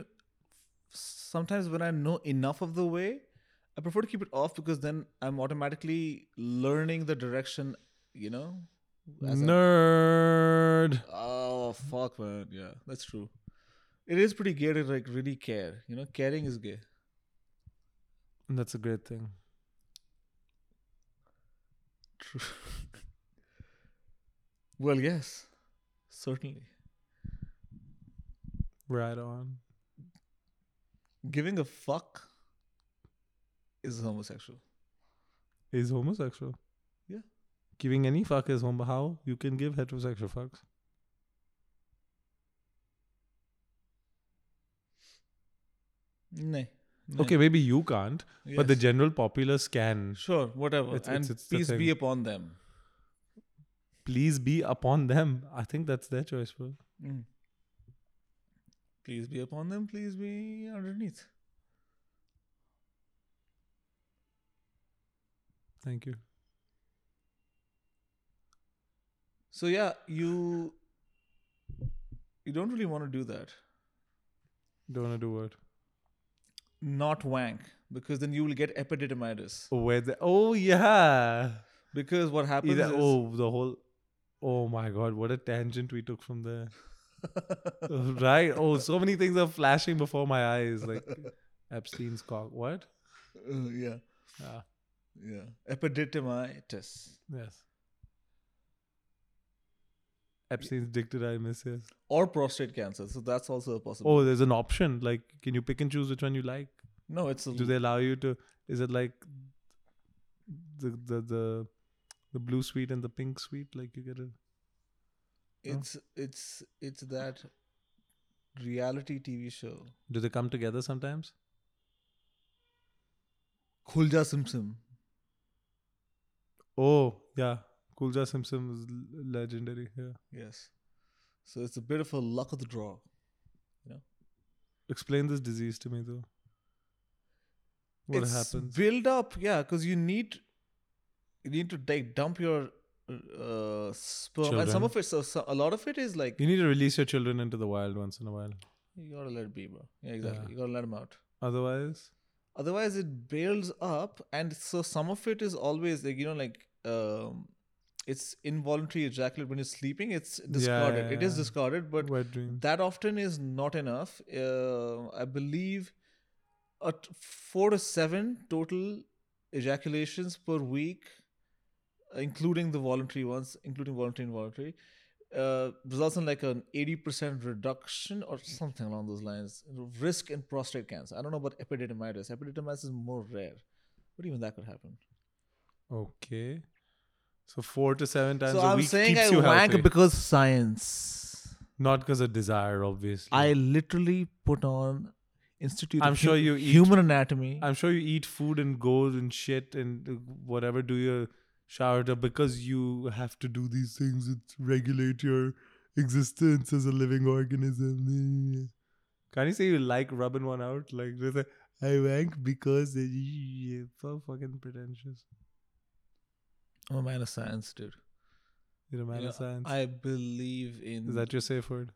S3: sometimes when I know enough of the way, I prefer to keep it off because then I'm automatically learning the direction, you know? as I-
S4: Nerd.
S3: Oh fuck, man. Yeah, that's true. It is pretty gay to like really care. You know, caring is gay.
S4: And that's a great thing.
S3: True. [LAUGHS] Well, yes, certainly.
S4: Right on.
S3: Giving a fuck is homosexual.
S4: Is homosexual.
S3: Yeah.
S4: Giving any fuck is homo. How you can give heterosexual fucks?
S3: No.
S4: Okay, maybe you can't, but the general populace can.
S3: sure, whatever,
S4: It's-
S3: and
S4: it's- it's the
S3: peace be
S4: thing.
S3: upon them.
S4: Please be upon them. I think that's their choice, bro.
S3: Mm. Please be upon them. Please be underneath.
S4: Thank you.
S3: So yeah, you you don't really want to do that.
S4: Don't wanna do what?
S3: Not wank, because then you will get epididymitis.
S4: Where the oh yeah.
S3: Because what happens
S4: Either,
S3: is
S4: oh the whole oh my god, what a tangent we took from [LAUGHS] there. right? Oh, so many things are flashing before my eyes. [LAUGHS] Like Epstein's cock. What?
S3: Uh, yeah,
S4: Ah,
S3: yeah, epididymitis
S4: yes. Epstein's dick did I miss? Yes.
S3: or prostate cancer. So that's also a possibility.
S4: Oh, there's an option. Like, can you pick and choose which one you like?
S3: no, it's a,
S4: Do they allow you to? Is it like the the the the blue sweet and the pink sweet? Like you get a
S3: it's it's it's that reality TV show.
S4: Do they come together sometimes?
S3: Khulja Simsim.
S4: Oh yeah, Kulja Simpson is l- legendary. Yeah.
S3: Yes. So it's a bit of a luck of the draw.
S4: Explain this disease to me though. What
S3: it's
S4: happens?
S3: Build up, yeah, because you need you need to like dump your uh, sperm, and some
S4: Children.
S3: of it, so, so- a lot of it is like
S4: You need to release your children into the wild once in a while.
S3: you gotta let it be, bro. Yeah, exactly.
S4: Yeah.
S3: You gotta let them out.
S4: Otherwise,
S3: Otherwise, it builds up, and so some of it is always like you know, like um, it's involuntary ejaculate when you're sleeping. It's discarded. It is
S4: yeah.
S3: discarded, but
S4: wet dreams.
S3: that often is not enough. Uh, I believe at four to seven total ejaculations per week, including the voluntary ones, including voluntary and involuntary, uh, results in like an 80% reduction or something along those lines. Risk in prostate cancer. I don't know about epididymitis. Epididymitis is more rare, but even that could happen.
S4: Okay. So four to seven times
S3: so
S4: a
S3: I'm
S4: week
S3: saying
S4: keeps
S3: I
S4: you
S3: wank
S4: healthy.
S3: because science.
S4: Not because of desire, obviously.
S3: I literally put on Institute.
S4: I'm
S3: of
S4: sure
S3: Hu-
S4: you eat-
S3: human anatomy.
S4: I'm sure you eat food and go and shit and uh, whatever do your shower to because you have to do these things that regulate your existence as a living organism. [LAUGHS] Can't you say you like rubbing one out? Like just like, I wank because it- yeah, so fucking pretentious.
S3: I'm a man of science, dude.
S4: You're a man
S3: You know,
S4: of science.
S3: I believe in
S4: Is that your safe word?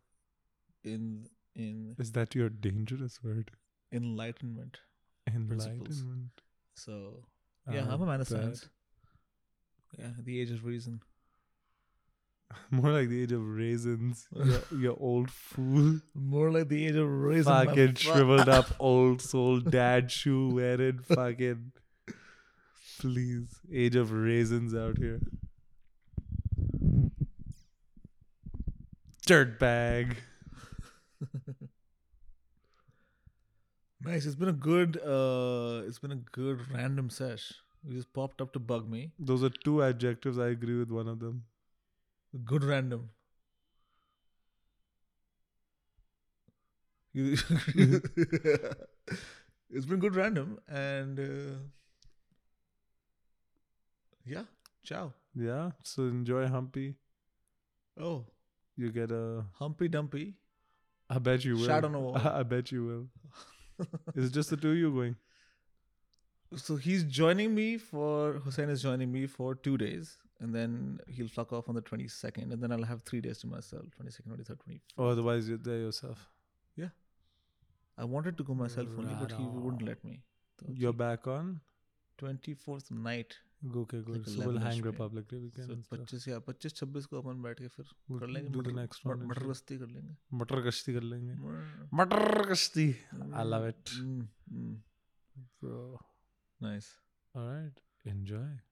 S3: in in
S4: Is that your dangerous word?
S3: enlightenment. Principles.
S4: Enlightenment.
S3: So yeah,
S4: Ah,
S3: I'm a man of
S4: that.
S3: science. Yeah, the age of reason.
S4: [LAUGHS] More like the age of raisins. you you old fool.
S3: More like the age of reason. my
S4: fucking
S3: fuck.
S4: shriveled up old soul dad shoe wearing fucking please age of raisins out here dirt bag
S3: Nice. It's been a good. uh It's been a good random sesh. You just popped up to bug me.
S4: those are two adjectives i agree with one of them
S3: Good random. You- it's been good random and uh, yeah, ciao.
S4: yeah so enjoy humpy
S3: Oh,
S4: you get a
S3: Humpy Dumpy.
S4: i bet you will
S3: Shadow on the wall.
S4: [LAUGHS] i bet you will
S3: [LAUGHS]
S4: is it just the two of you going
S3: So he's joining me for Hussein is joining me for two days, and then he'll fuck off on the twenty second, and then I'll have three days to myself. Twenty second, twenty third, twenty.
S4: or otherwise you're there yourself
S3: I wanted to go myself only, but he
S4: Right
S3: wouldn't let me.
S4: you're back on
S3: Twenty fourth night
S4: okay good
S3: Like
S4: so
S3: 11
S4: we'll
S3: -ish
S4: hang
S3: पे।
S4: republic day weekend
S3: so
S4: and stuff.
S3: पच्चीस या पच्चीस छब्बीस को अपन बैठ के फिर
S4: We'll
S3: कर लेंगे मतलब
S4: do the
S3: मटर-
S4: next
S3: मट-
S4: one and
S3: मटर
S4: shit.
S3: गश्ती कर लेंगे
S4: मटर कश्ती कर लेंगे
S3: Mm,
S4: मटर कश्ती I love it
S3: mm, mm.
S4: Bro
S3: Nice.
S4: Alright enjoy